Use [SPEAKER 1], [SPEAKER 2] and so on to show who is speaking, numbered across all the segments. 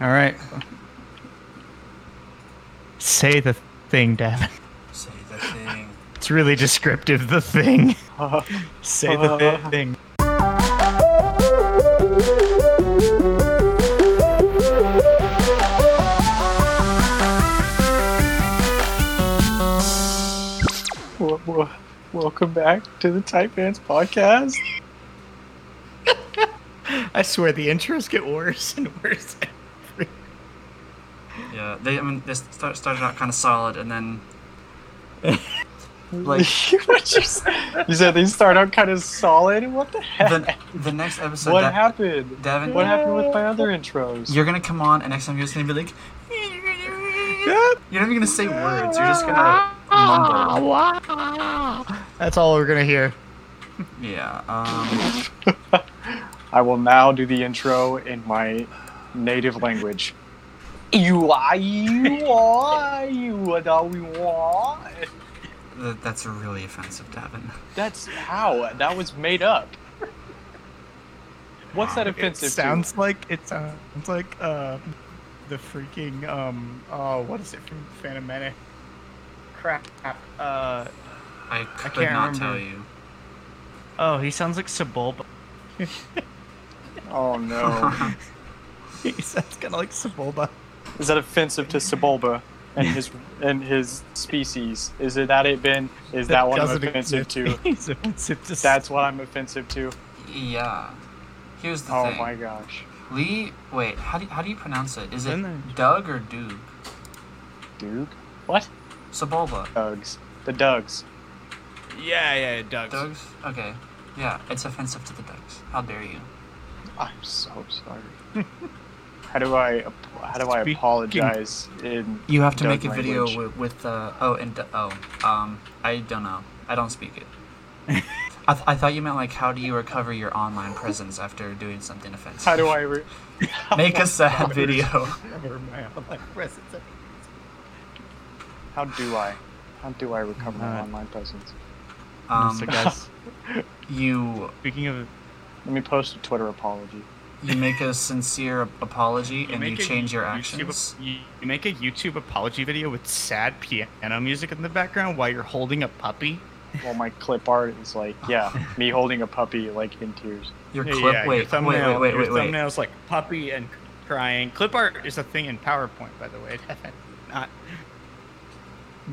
[SPEAKER 1] All right. Say the thing, damn it.
[SPEAKER 2] Say the thing.
[SPEAKER 1] It's really descriptive, the thing. Say the thi-
[SPEAKER 3] Uh-huh.
[SPEAKER 1] thing.
[SPEAKER 3] Wel- wel- Welcome back to the Tight Pants Podcast.
[SPEAKER 1] I swear the intros get worse and worse.
[SPEAKER 2] Yeah, they. I mean, they start, started out kind of solid, and then like
[SPEAKER 3] What you s- you said they start out kind of solid. What the heck?
[SPEAKER 2] the, the next episode.
[SPEAKER 3] what
[SPEAKER 2] that,
[SPEAKER 3] happened?
[SPEAKER 2] Devin-
[SPEAKER 3] What happened with my other intros?
[SPEAKER 2] You're gonna come on, and next time you're just gonna be like,
[SPEAKER 3] Yeah.
[SPEAKER 2] you're not even gonna say words. You're just gonna mumble.
[SPEAKER 1] That's all we're gonna hear.
[SPEAKER 2] Yeah. Um.
[SPEAKER 3] I will now do the intro in my native language. You are you are you are the we want.
[SPEAKER 2] th- That's really offensive, Devin.
[SPEAKER 3] That's how that was made up. What's that offensive?
[SPEAKER 1] It sounds like it sounds like uh, the freaking um oh what is it from Phantom Menace? Crap. Uh
[SPEAKER 2] I could
[SPEAKER 1] can't
[SPEAKER 2] not
[SPEAKER 1] remember.
[SPEAKER 2] tell you.
[SPEAKER 1] oh, he sounds like Sebulba.
[SPEAKER 3] to? Oh no!
[SPEAKER 1] he sounds kind of like Sebulba.
[SPEAKER 3] Is that offensive to Sebulba and his and his species? Is it that it been? Is that, what I'm
[SPEAKER 1] doesn't
[SPEAKER 3] offensive to?
[SPEAKER 1] exist. He's offensive to.
[SPEAKER 3] That's what I'm offensive to.
[SPEAKER 2] yeah. Here's the
[SPEAKER 3] Oh
[SPEAKER 2] thing.
[SPEAKER 3] my gosh,
[SPEAKER 2] Lee, wait. How do you, how do you pronounce it? Is it
[SPEAKER 1] Dunno.
[SPEAKER 2] Doug or Dube?
[SPEAKER 3] Duke! What?
[SPEAKER 2] Sebulba.
[SPEAKER 3] Dugs. The Dugs.
[SPEAKER 4] Yeah, yeah, Doug.
[SPEAKER 2] Dougs. Okay. Yeah, it's offensive to the Dougs. How dare you?
[SPEAKER 3] I'm so sorry. how do I ap- how do I
[SPEAKER 1] Speaking-
[SPEAKER 3] apologize in
[SPEAKER 2] You have to
[SPEAKER 3] Doug
[SPEAKER 2] make a video
[SPEAKER 3] language?
[SPEAKER 2] with, with uh, oh and d- oh um I don't know I don't speak it. I, th- I thought you meant like how do you recover your online presence after doing something offensive?
[SPEAKER 3] How do I re-
[SPEAKER 2] make a sad video?
[SPEAKER 1] Never my online presence.
[SPEAKER 3] how do I how do I recover my
[SPEAKER 1] Uh,
[SPEAKER 3] online presence?
[SPEAKER 2] Um,
[SPEAKER 1] so guys,
[SPEAKER 2] you
[SPEAKER 1] speaking of
[SPEAKER 3] Let me post a Twitter apology.
[SPEAKER 2] you make a sincere ap- apology and you
[SPEAKER 4] make a
[SPEAKER 2] change your
[SPEAKER 4] YouTube-
[SPEAKER 2] actions.
[SPEAKER 1] you, you make a YouTube apology video with sad piano music in the background while you're holding a puppy.
[SPEAKER 3] Well, my clip art is like, yeah, me holding a puppy like in tears.
[SPEAKER 2] Your
[SPEAKER 1] Yeah,
[SPEAKER 2] clip
[SPEAKER 1] yeah, your
[SPEAKER 2] wait, wait
[SPEAKER 1] thumbnail,
[SPEAKER 2] wait wait
[SPEAKER 1] your
[SPEAKER 2] wait wait
[SPEAKER 1] thumbnail's like puppy and crying. Clip art is a thing in PowerPoint, by the way. Not,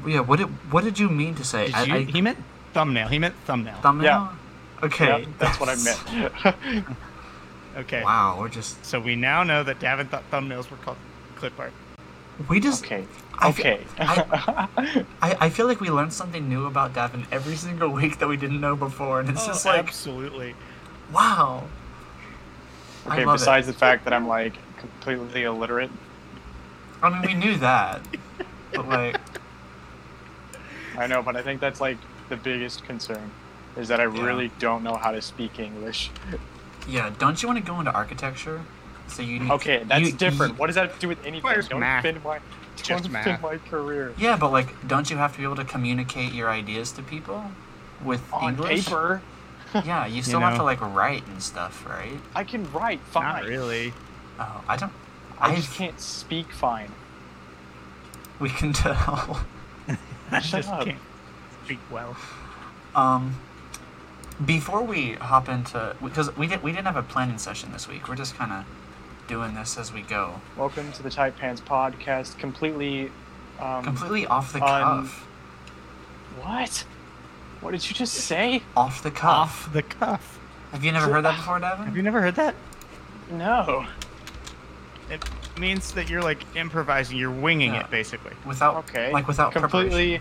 [SPEAKER 2] yeah what did what did you mean to say?
[SPEAKER 1] did
[SPEAKER 2] I,
[SPEAKER 1] you,
[SPEAKER 2] I,
[SPEAKER 1] he meant thumbnail. He meant thumbnail.
[SPEAKER 2] thumbnail.
[SPEAKER 3] Yeah.
[SPEAKER 2] Okay,
[SPEAKER 3] Yeah, that's what I meant.
[SPEAKER 1] okay.
[SPEAKER 2] Wow, we're just
[SPEAKER 1] So we now know that Davin thought thumbnails were called clip art.
[SPEAKER 2] we just
[SPEAKER 3] okay.
[SPEAKER 2] I fe-
[SPEAKER 3] Okay.
[SPEAKER 2] I, I feel like we learned something new about Davin every single week that we didn't know before, and
[SPEAKER 3] Oh,
[SPEAKER 2] it's just like,
[SPEAKER 1] Oh, absolutely.
[SPEAKER 2] wow. I
[SPEAKER 3] okay,
[SPEAKER 2] love it.
[SPEAKER 3] besides the fact that I'm like completely illiterate.
[SPEAKER 2] I mean, we knew that, but like,
[SPEAKER 3] I know, but I think that's like the biggest concern is that I
[SPEAKER 2] Yeah.
[SPEAKER 3] really don't know how to speak English.
[SPEAKER 2] yeah, don't you want to go into architecture? So you need,
[SPEAKER 3] Okay, that's
[SPEAKER 2] you-
[SPEAKER 3] different.
[SPEAKER 2] you-
[SPEAKER 3] What does that have to do with anything?
[SPEAKER 1] Where's
[SPEAKER 3] don't
[SPEAKER 1] math?
[SPEAKER 3] spend my don't
[SPEAKER 1] Just
[SPEAKER 3] spend
[SPEAKER 1] math.
[SPEAKER 3] my career
[SPEAKER 2] yeah, but like, don't you have to be able to communicate your ideas to people with
[SPEAKER 3] on
[SPEAKER 2] English?
[SPEAKER 3] paper.
[SPEAKER 2] Yeah, you still have to
[SPEAKER 1] know.
[SPEAKER 2] like write and stuff, right?
[SPEAKER 3] I can write fine.
[SPEAKER 1] Not really.
[SPEAKER 2] Oh, I don't.
[SPEAKER 3] I
[SPEAKER 2] I've-
[SPEAKER 3] just can't speak fine.
[SPEAKER 2] We can tell.
[SPEAKER 1] I
[SPEAKER 3] Shut
[SPEAKER 1] just
[SPEAKER 3] up.
[SPEAKER 1] can't speak well.
[SPEAKER 2] Um, before we hop into, because we did we didn't have a planning session this week. We're just kind of doing this as we go,
[SPEAKER 3] Welcome to the Tight Pants Podcast. Completely. Um,
[SPEAKER 2] completely off the
[SPEAKER 3] on-
[SPEAKER 2] cuff,
[SPEAKER 3] What? What did you just say?
[SPEAKER 2] off the cuff.
[SPEAKER 1] Off the cuff.
[SPEAKER 2] Have you never heard that before,
[SPEAKER 1] Have
[SPEAKER 2] Davin?
[SPEAKER 1] you never heard that?
[SPEAKER 3] No.
[SPEAKER 1] It means that you're like improvising. You're winging
[SPEAKER 2] Yeah.
[SPEAKER 1] it, basically.
[SPEAKER 2] Without
[SPEAKER 3] Okay.
[SPEAKER 2] like without
[SPEAKER 3] completely.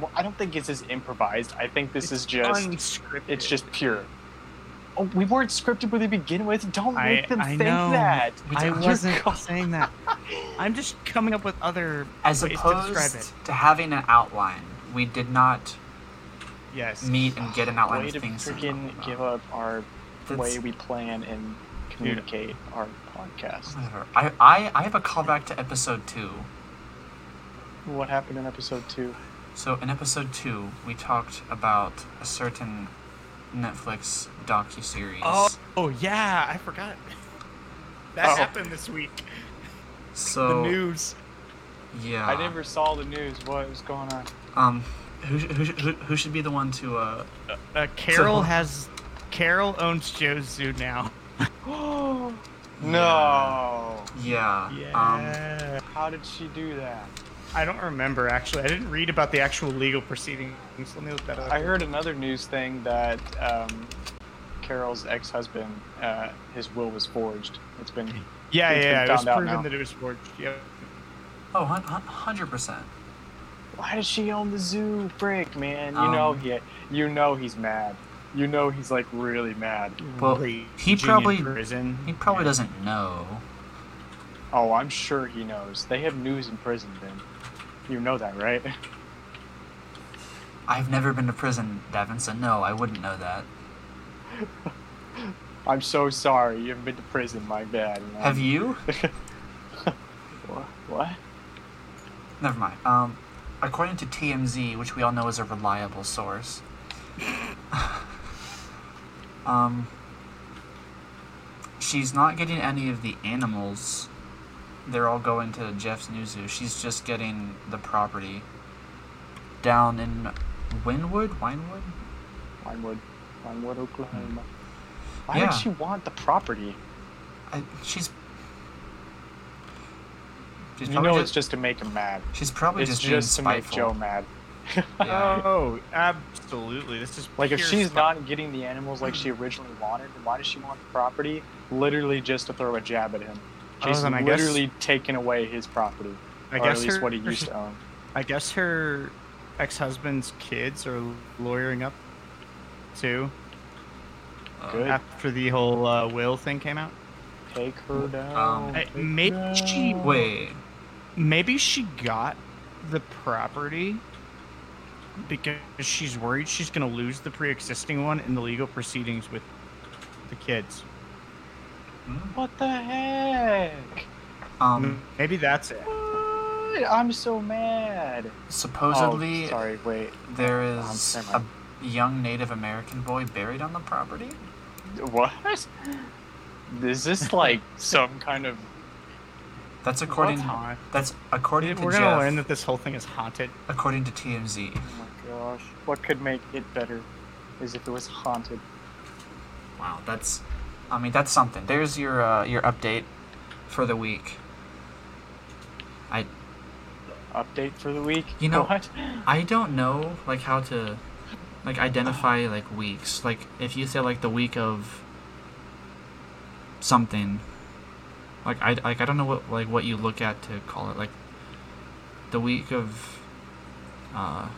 [SPEAKER 3] Well, I don't think this is improvised. I think this is just.
[SPEAKER 1] unscripted.
[SPEAKER 3] It's just pure. Oh, we weren't scripted when we begin with. Don't
[SPEAKER 1] I-
[SPEAKER 3] make them
[SPEAKER 1] I
[SPEAKER 3] think
[SPEAKER 1] know.
[SPEAKER 3] that.
[SPEAKER 2] We
[SPEAKER 1] I
[SPEAKER 2] don't-
[SPEAKER 3] You're
[SPEAKER 1] wasn't
[SPEAKER 3] co-
[SPEAKER 1] saying that. I'm just coming up with other
[SPEAKER 2] as
[SPEAKER 1] ways
[SPEAKER 2] opposed
[SPEAKER 1] to describe it.
[SPEAKER 2] to having an outline. We did not
[SPEAKER 1] Yes.
[SPEAKER 2] meet and get an outline
[SPEAKER 3] Way
[SPEAKER 2] of
[SPEAKER 3] to
[SPEAKER 2] things. talk
[SPEAKER 3] freaking
[SPEAKER 2] about.
[SPEAKER 3] give up our
[SPEAKER 2] That's-
[SPEAKER 3] way we plan and communicate our podcast.
[SPEAKER 2] Whatever. I, I I have a callback to episode two.
[SPEAKER 3] What happened in episode two?
[SPEAKER 2] So in episode two, we talked about a certain Netflix docu series.
[SPEAKER 1] Oh, oh yeah, I oh, forgot. That
[SPEAKER 3] Oh.
[SPEAKER 1] happened this week.
[SPEAKER 2] So
[SPEAKER 1] the news.
[SPEAKER 2] yeah,
[SPEAKER 3] I never saw the news. What was going on?
[SPEAKER 2] um, who, sh- who, sh- who, who should be the one to uh?
[SPEAKER 1] Uh, Carol
[SPEAKER 2] So-
[SPEAKER 1] has. Carol owns Joe's Zoo now.
[SPEAKER 3] no.
[SPEAKER 2] Yeah. Um,
[SPEAKER 1] Yeah.
[SPEAKER 3] How did she do that?
[SPEAKER 1] I don't remember actually. I didn't read about the actual legal proceedings. Let me look that up.
[SPEAKER 3] I heard another news thing that um, Carol's ex-husband, uh, his will was forged. It's been
[SPEAKER 2] Hmm.
[SPEAKER 1] yeah,
[SPEAKER 3] it's
[SPEAKER 1] yeah,
[SPEAKER 3] been
[SPEAKER 1] yeah. It was
[SPEAKER 3] found out
[SPEAKER 1] proven
[SPEAKER 3] now.
[SPEAKER 1] that it was forged. Yep.
[SPEAKER 2] oh, hun- hun- hundred percent.
[SPEAKER 3] why does she own the zoo? Frick, man! You
[SPEAKER 2] Um,
[SPEAKER 3] know he, you know he's mad. You know he's like really mad.
[SPEAKER 2] Well,
[SPEAKER 1] Raging
[SPEAKER 2] he
[SPEAKER 1] in
[SPEAKER 2] probably-
[SPEAKER 1] prison.
[SPEAKER 2] He probably
[SPEAKER 1] Yeah.
[SPEAKER 2] doesn't know.
[SPEAKER 3] Oh, I'm sure he knows. They have news in prison, then. You know that, right?
[SPEAKER 2] I've never been to prison, Davin, so no, I wouldn't know that.
[SPEAKER 3] I'm so sorry. You haven't been to prison. My bad. man.
[SPEAKER 2] Have you?
[SPEAKER 3] Wha- What?
[SPEAKER 2] Never mind. Um, according to TMZ, which we all know is a reliable source, um, she's not getting any of the animals. They're all going to Jeff's new zoo. She's just getting the property down in Winwood, Winewood.
[SPEAKER 3] Winewood, Winewood, Oklahoma. Why
[SPEAKER 2] Hmm. Yeah.
[SPEAKER 3] would she want the property?
[SPEAKER 2] I, she's. She's
[SPEAKER 3] You
[SPEAKER 2] probably
[SPEAKER 3] know,
[SPEAKER 2] just,
[SPEAKER 3] it's just to make him mad.
[SPEAKER 2] she's probably
[SPEAKER 3] It's
[SPEAKER 2] just, being
[SPEAKER 3] just to make
[SPEAKER 2] spiteful.
[SPEAKER 3] Joe mad.
[SPEAKER 2] Yeah.
[SPEAKER 1] Oh, absolutely. This is
[SPEAKER 3] Like if
[SPEAKER 1] pure
[SPEAKER 3] she's
[SPEAKER 1] spite.
[SPEAKER 3] not getting the animals like she originally wanted, then why does she want the property? Literally just to throw a jab at him.
[SPEAKER 1] Oh,
[SPEAKER 3] She's
[SPEAKER 1] then I guess-
[SPEAKER 3] literally taking away his property,
[SPEAKER 1] I
[SPEAKER 3] or
[SPEAKER 1] guess
[SPEAKER 3] at least
[SPEAKER 1] her,
[SPEAKER 3] what he used to own.
[SPEAKER 1] I guess her ex-husband's kids are lawyering up too
[SPEAKER 2] Uh,
[SPEAKER 3] Good.
[SPEAKER 1] after the whole uh, will thing came out.
[SPEAKER 3] Take her down.
[SPEAKER 2] Um,
[SPEAKER 1] I-
[SPEAKER 3] take her
[SPEAKER 1] maybe she
[SPEAKER 3] down.
[SPEAKER 2] Wait.
[SPEAKER 1] maybe she got the property because she's worried she's going to lose the pre-existing one in the legal proceedings with the kids.
[SPEAKER 3] What the heck?
[SPEAKER 2] Hmm? Um.
[SPEAKER 3] Mm-hmm.
[SPEAKER 1] maybe that's it.
[SPEAKER 3] What? I'm so mad.
[SPEAKER 2] Supposedly,
[SPEAKER 3] oh, sorry. Wait.
[SPEAKER 2] there
[SPEAKER 3] Um,
[SPEAKER 2] is
[SPEAKER 3] never
[SPEAKER 2] a
[SPEAKER 3] mind.
[SPEAKER 2] young Native American boy buried on the property.
[SPEAKER 3] What? Is this like some kind of?
[SPEAKER 2] That's according.
[SPEAKER 1] What?
[SPEAKER 2] That's according to
[SPEAKER 1] We're going to
[SPEAKER 2] Jeff.
[SPEAKER 1] learn that this whole thing is haunted.
[SPEAKER 2] According to TMZ.
[SPEAKER 3] Oh my gosh! What could make it better? Is if it was haunted.
[SPEAKER 2] Wow, that's. I mean, that's something. There's your uh, your update for the week. I
[SPEAKER 3] Update for the week.
[SPEAKER 2] You know-
[SPEAKER 3] what?
[SPEAKER 2] I don't know like how to like identify like weeks. Like if you say like the week of something, like I like I don't know what like what you look at to call it like the week of uh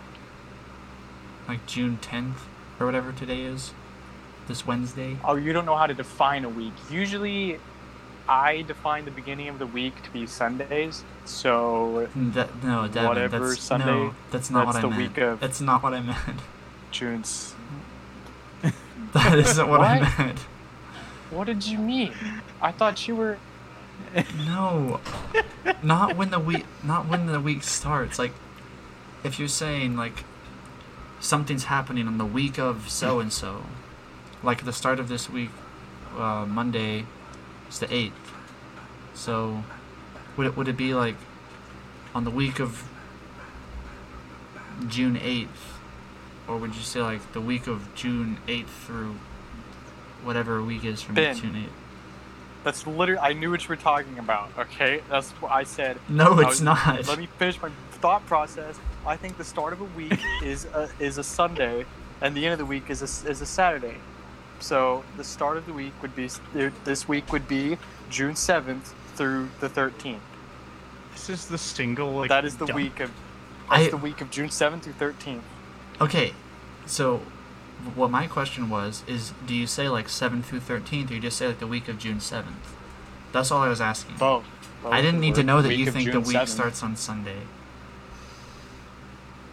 [SPEAKER 2] like June tenth or whatever today is. This Wednesday.
[SPEAKER 3] Oh, you don't know how to define a week. Usually, I define the beginning of the week to be Sundays. So
[SPEAKER 2] Mm, That, no, Devin,
[SPEAKER 3] Whatever
[SPEAKER 2] that's,
[SPEAKER 3] Sunday,
[SPEAKER 2] No, that's not what
[SPEAKER 3] that's
[SPEAKER 2] I
[SPEAKER 3] the
[SPEAKER 2] meant.
[SPEAKER 3] week of-
[SPEAKER 2] That's not what I meant.
[SPEAKER 3] June's.
[SPEAKER 2] that isn't what I
[SPEAKER 3] What?
[SPEAKER 2] meant.
[SPEAKER 3] What did you mean? I thought you were.
[SPEAKER 2] No, not when the week, not when the week starts. Like, if you're saying like something's happening on the week of so and so, like the start of this week, uh, Monday, is the eighth. So, would it would it be like on the week of June eighth, or would you say like the week of June eighth through whatever week is from
[SPEAKER 3] Ben.
[SPEAKER 2] June eighth?
[SPEAKER 3] That's literally. I knew what you were talking about. Okay, that's what I said.
[SPEAKER 2] No,
[SPEAKER 3] I
[SPEAKER 2] it's
[SPEAKER 3] was-
[SPEAKER 2] not.
[SPEAKER 3] Let me finish my thought process. I think the start of a week is a, is a Sunday, and the end of the week is a, is a Saturday. So the start of the week would be this week would be June seventh through the thirteenth.
[SPEAKER 1] This is the single like
[SPEAKER 3] that is the
[SPEAKER 1] dump.
[SPEAKER 3] week of that's
[SPEAKER 2] I-
[SPEAKER 3] the week of June seventh through thirteenth.
[SPEAKER 2] Okay, so what my question was is, do you say like seven through thirteenth, or you just say like the week of June seventh? That's all I was asking.
[SPEAKER 3] Both.
[SPEAKER 2] I didn't need to
[SPEAKER 3] Both
[SPEAKER 2] know that
[SPEAKER 3] Oh, week
[SPEAKER 2] you
[SPEAKER 3] of
[SPEAKER 2] think the
[SPEAKER 3] June
[SPEAKER 2] week
[SPEAKER 3] 7th.
[SPEAKER 2] starts on Sunday.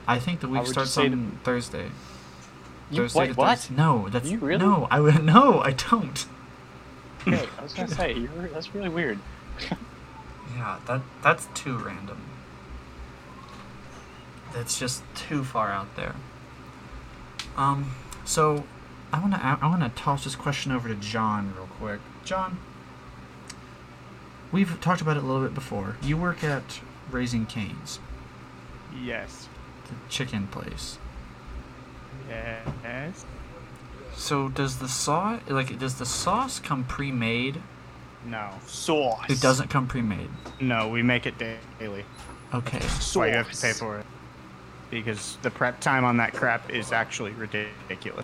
[SPEAKER 2] I think the week
[SPEAKER 3] would you
[SPEAKER 2] starts
[SPEAKER 3] say the-
[SPEAKER 2] on Thursday.
[SPEAKER 3] You,
[SPEAKER 2] Thursday
[SPEAKER 3] wait,
[SPEAKER 2] to
[SPEAKER 3] what?
[SPEAKER 2] Thurs- No, that's
[SPEAKER 3] You really-
[SPEAKER 2] no. I would no. I don't.
[SPEAKER 3] Okay, I was gonna say you're, that's really weird.
[SPEAKER 2] Yeah, that that's too random. That's just too far out there. Um, so I wanna I, I wanna toss this question over to John real quick. John, we've talked about it a little bit before. You work at Raising Canes,
[SPEAKER 1] Yes.
[SPEAKER 2] the chicken place.
[SPEAKER 1] Yes.
[SPEAKER 2] So does the sauce like does the sauce come pre-made?
[SPEAKER 1] No.
[SPEAKER 3] Sauce.
[SPEAKER 2] It doesn't come pre-made.
[SPEAKER 1] No, we make it daily.
[SPEAKER 2] Okay.
[SPEAKER 1] That's why you have to pay for it. Because the prep time on that crap is actually ridiculous.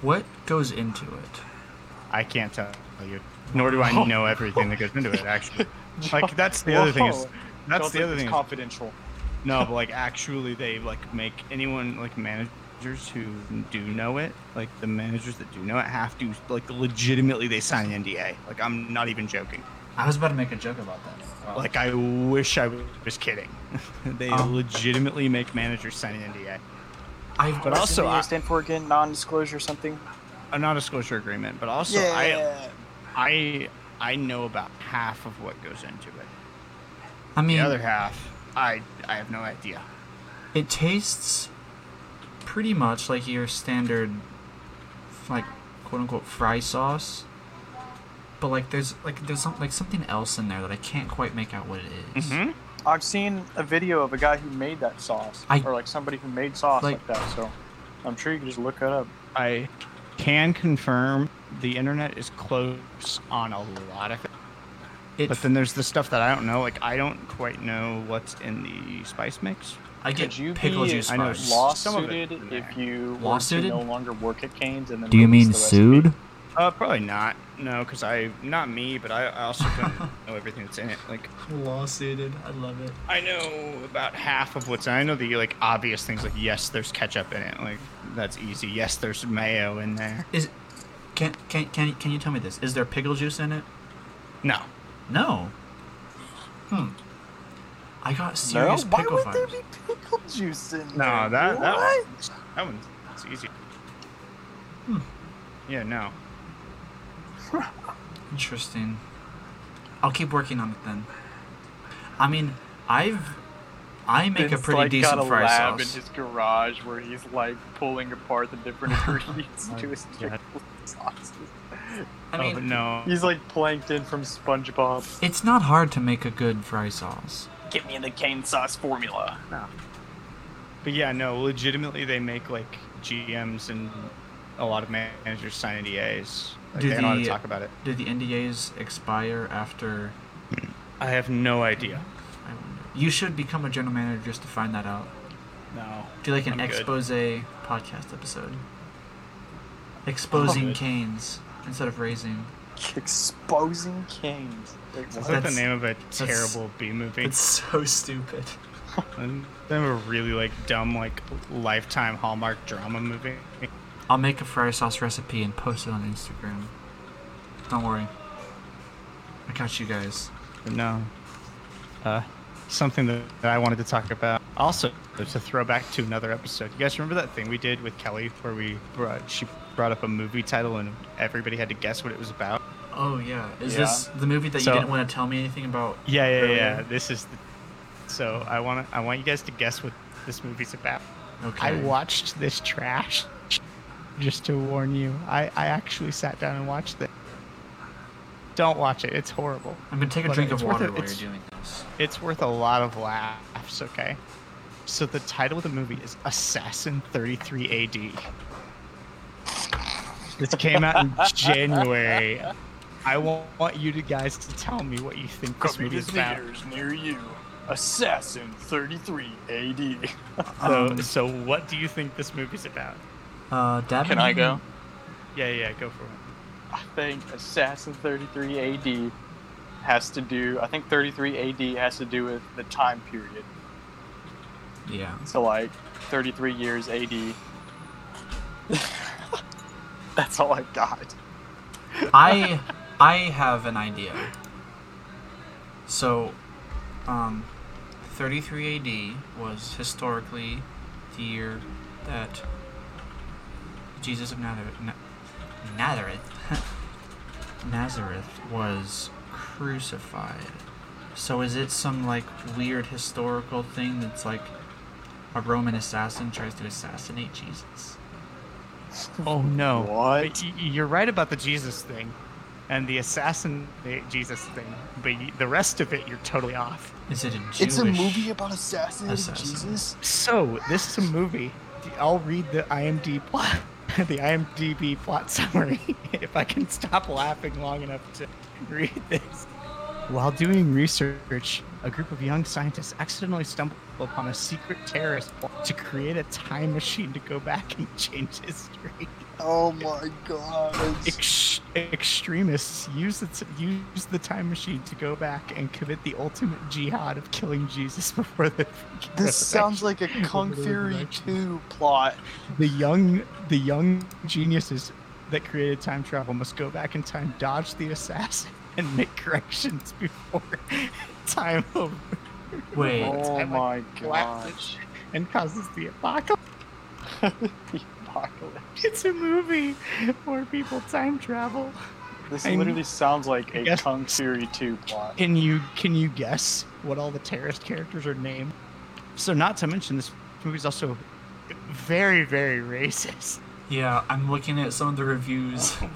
[SPEAKER 2] What goes into it?
[SPEAKER 1] I can't tell you. Nor do I know everything that goes into it, actually. Like, that's the other thing. Is,
[SPEAKER 3] Whoa.
[SPEAKER 1] that's the other
[SPEAKER 3] it's
[SPEAKER 1] thing. is-
[SPEAKER 3] Confidential.
[SPEAKER 1] No, but like actually, they like make anyone like managers who do know it, like the managers that do know it, have to like legitimately they sign an NDA. Like I'm not even joking.
[SPEAKER 2] I was about to make a joke about that. Wow.
[SPEAKER 1] Like I wish I was kidding. they
[SPEAKER 2] Um.
[SPEAKER 1] legitimately make managers sign an NDA,
[SPEAKER 2] I've
[SPEAKER 1] but also
[SPEAKER 3] Doesn't
[SPEAKER 1] I,
[SPEAKER 3] it stand for again non-disclosure something.
[SPEAKER 1] a non-disclosure agreement. But also I I I know about half of what goes into it.
[SPEAKER 2] I mean
[SPEAKER 1] The other half, I I have no idea.
[SPEAKER 2] It tastes pretty much like your standard, like quote unquote fry sauce, but like there's like there's some, like something else in there that I can't quite make out what it is.
[SPEAKER 3] Mm-hmm.
[SPEAKER 1] Mhm.
[SPEAKER 3] I've seen a video of a guy who made that sauce,
[SPEAKER 2] I-
[SPEAKER 3] or like somebody who made sauce like,
[SPEAKER 2] Like-
[SPEAKER 3] that. So I'm sure you can just look that up.
[SPEAKER 1] I can confirm the internet is close on a lot of it.
[SPEAKER 2] It,
[SPEAKER 1] But then there's the stuff that I don't know. Like I don't quite know what's in the spice mix.
[SPEAKER 2] I
[SPEAKER 3] Could
[SPEAKER 2] get
[SPEAKER 3] you
[SPEAKER 2] pickle
[SPEAKER 3] be
[SPEAKER 2] juice
[SPEAKER 1] I know
[SPEAKER 2] first.
[SPEAKER 1] law- some of it
[SPEAKER 3] lawsuited
[SPEAKER 1] in there.
[SPEAKER 3] if you were to
[SPEAKER 2] Lawsuited?
[SPEAKER 3] no longer work at Canes and then?
[SPEAKER 2] Do you
[SPEAKER 3] release
[SPEAKER 2] mean
[SPEAKER 3] the recipe?
[SPEAKER 2] sued?
[SPEAKER 1] Uh, probably not. No, because I not me, but I, I also don't know everything that's in it. Like
[SPEAKER 2] Lawsuited. I love it.
[SPEAKER 1] I know about half of what's. I know the like obvious things. Like yes, there's ketchup in it. Like that's easy. Yes, there's mayo in there.
[SPEAKER 2] Is can can can can you tell me this? Is there pickle juice in it?
[SPEAKER 1] No,
[SPEAKER 2] No. Hmm. I got
[SPEAKER 3] No.
[SPEAKER 2] serious
[SPEAKER 3] Why
[SPEAKER 2] pickle
[SPEAKER 3] would there
[SPEAKER 2] vibes.
[SPEAKER 3] be pickle juice in there?
[SPEAKER 1] no, that that
[SPEAKER 3] What?
[SPEAKER 1] one, that one's it's easy.
[SPEAKER 2] Hmm.
[SPEAKER 1] Yeah, no.
[SPEAKER 2] Interesting. I'll keep working on it then. I mean, I've I make a
[SPEAKER 3] Vince,
[SPEAKER 2] pretty
[SPEAKER 3] like,
[SPEAKER 2] decent
[SPEAKER 3] got a
[SPEAKER 2] fry
[SPEAKER 3] lab
[SPEAKER 2] sauce.
[SPEAKER 3] in his garage where he's like pulling apart the different ingredients to his
[SPEAKER 1] Oh God.
[SPEAKER 3] pickle sauces.
[SPEAKER 2] I
[SPEAKER 1] Oh,
[SPEAKER 2] mean,
[SPEAKER 1] but no.
[SPEAKER 3] He's like plankton from SpongeBob.
[SPEAKER 2] it's not hard to make a good fry sauce.
[SPEAKER 3] Get me in the cane sauce formula.
[SPEAKER 1] But yeah, no, legitimately they make like GMs and a lot of managers sign NDAs. Like,
[SPEAKER 2] Do
[SPEAKER 1] they don't want
[SPEAKER 2] the-
[SPEAKER 1] to talk about it.
[SPEAKER 2] Do the NDAs expire after?
[SPEAKER 1] I have no idea.
[SPEAKER 2] I wonder. You should become a general manager just to find that out.
[SPEAKER 1] No.
[SPEAKER 2] Do like an
[SPEAKER 1] I'm good.
[SPEAKER 2] expose podcast episode, exposing
[SPEAKER 1] good.
[SPEAKER 2] canes instead of raising.
[SPEAKER 3] Exposing canes.
[SPEAKER 1] Is
[SPEAKER 3] Exactly.
[SPEAKER 1] that the
[SPEAKER 2] That's-
[SPEAKER 1] name of a
[SPEAKER 2] that's-
[SPEAKER 1] terrible B movie?
[SPEAKER 2] It's so stupid.
[SPEAKER 1] Then they have a really like dumb like lifetime Hallmark drama movie.
[SPEAKER 2] I'll make a fry sauce recipe and post it on Instagram. Don't worry. I got you guys.
[SPEAKER 1] But no. Uh, something that, that I wanted to talk about. Also, it's a throwback to another episode. You guys remember that thing we did with Kelly where we brought she brought up a movie title and everybody had to guess what it was about?
[SPEAKER 2] Oh yeah, is
[SPEAKER 3] Yeah.
[SPEAKER 2] this the movie that
[SPEAKER 1] So-
[SPEAKER 2] you didn't want to tell me anything about?
[SPEAKER 1] Yeah, yeah,
[SPEAKER 2] earlier?
[SPEAKER 1] yeah. This is. The, so I want to. I want you guys to guess what this movie's about.
[SPEAKER 2] Okay.
[SPEAKER 1] I watched this trash. Just to warn you, I I actually sat down and watched it. Don't watch it. It's horrible.
[SPEAKER 2] I'm gonna take a
[SPEAKER 1] But
[SPEAKER 2] drink of
[SPEAKER 1] it's worth
[SPEAKER 2] water
[SPEAKER 1] it.
[SPEAKER 2] while you're
[SPEAKER 1] It's-
[SPEAKER 2] doing this.
[SPEAKER 1] It's worth a lot of laughs. Okay. So the title of the movie is Assassin 33 AD. This came out in January. I wa- want you to guys to tell me what you think this
[SPEAKER 3] Coming
[SPEAKER 1] movie
[SPEAKER 3] to
[SPEAKER 1] is about.
[SPEAKER 3] theaters near you. Assassin 33 AD.
[SPEAKER 1] So,
[SPEAKER 2] Um,
[SPEAKER 1] so what do you think this movie's about?
[SPEAKER 2] uh, Dab
[SPEAKER 3] Can
[SPEAKER 2] and
[SPEAKER 3] I
[SPEAKER 2] Heaton-
[SPEAKER 3] go?
[SPEAKER 1] Yeah, yeah, go for it.
[SPEAKER 3] I think Assassin 33 AD has to do. I think 33 AD has to do with the time period.
[SPEAKER 2] Yeah.
[SPEAKER 3] So like 33 years AD. That's all I've got.
[SPEAKER 2] I I have an idea. So, um, 33 A.D. was historically the year that Jesus of Nazareth, Na- Nazareth, Nazareth was crucified. So is it some like weird historical thing that's like a Roman assassin tries to assassinate Jesus?
[SPEAKER 1] Oh no!
[SPEAKER 3] What?
[SPEAKER 1] You're right about the Jesus thing, and the assassinate Jesus thing, but y- the rest of it you're totally off.
[SPEAKER 2] Is it a Jewish?
[SPEAKER 5] It's a movie about assassinating
[SPEAKER 2] Assassin.
[SPEAKER 5] Jesus.
[SPEAKER 1] So this is a movie. I'll read the IMDb plot, the IMDb plot summary, if I can stop laughing long enough to read this. While doing research, a group of young scientists accidentally stumble upon a secret terrorist plot to create a time machine to go back and change history.
[SPEAKER 5] Oh my god.
[SPEAKER 1] Ex- extremists use the, use the time machine to go back and commit the ultimate jihad of killing Jesus before the.
[SPEAKER 5] This sounds
[SPEAKER 1] resurrection.
[SPEAKER 5] like a Kung
[SPEAKER 1] Before the
[SPEAKER 5] Fury
[SPEAKER 1] resurrection.
[SPEAKER 5] 2 plot.
[SPEAKER 1] The young, the young geniuses that created time travel must go back in time, dodge the assassin, and make corrections before time over,
[SPEAKER 2] Wait.
[SPEAKER 5] Oh
[SPEAKER 1] time
[SPEAKER 5] my
[SPEAKER 1] lapses
[SPEAKER 5] gosh.
[SPEAKER 1] and causes the apocalypse.
[SPEAKER 5] The apocalypse.
[SPEAKER 1] It's a movie where people time travel.
[SPEAKER 3] This
[SPEAKER 1] I'm-
[SPEAKER 3] literally sounds like
[SPEAKER 1] I
[SPEAKER 3] a
[SPEAKER 1] guess-
[SPEAKER 3] Kung Fury 2 plot.
[SPEAKER 1] Can you can you guess what all the terrorist characters are named? So not to mention this movie's also very very racist.
[SPEAKER 2] Yeah, I'm looking at some of the reviews.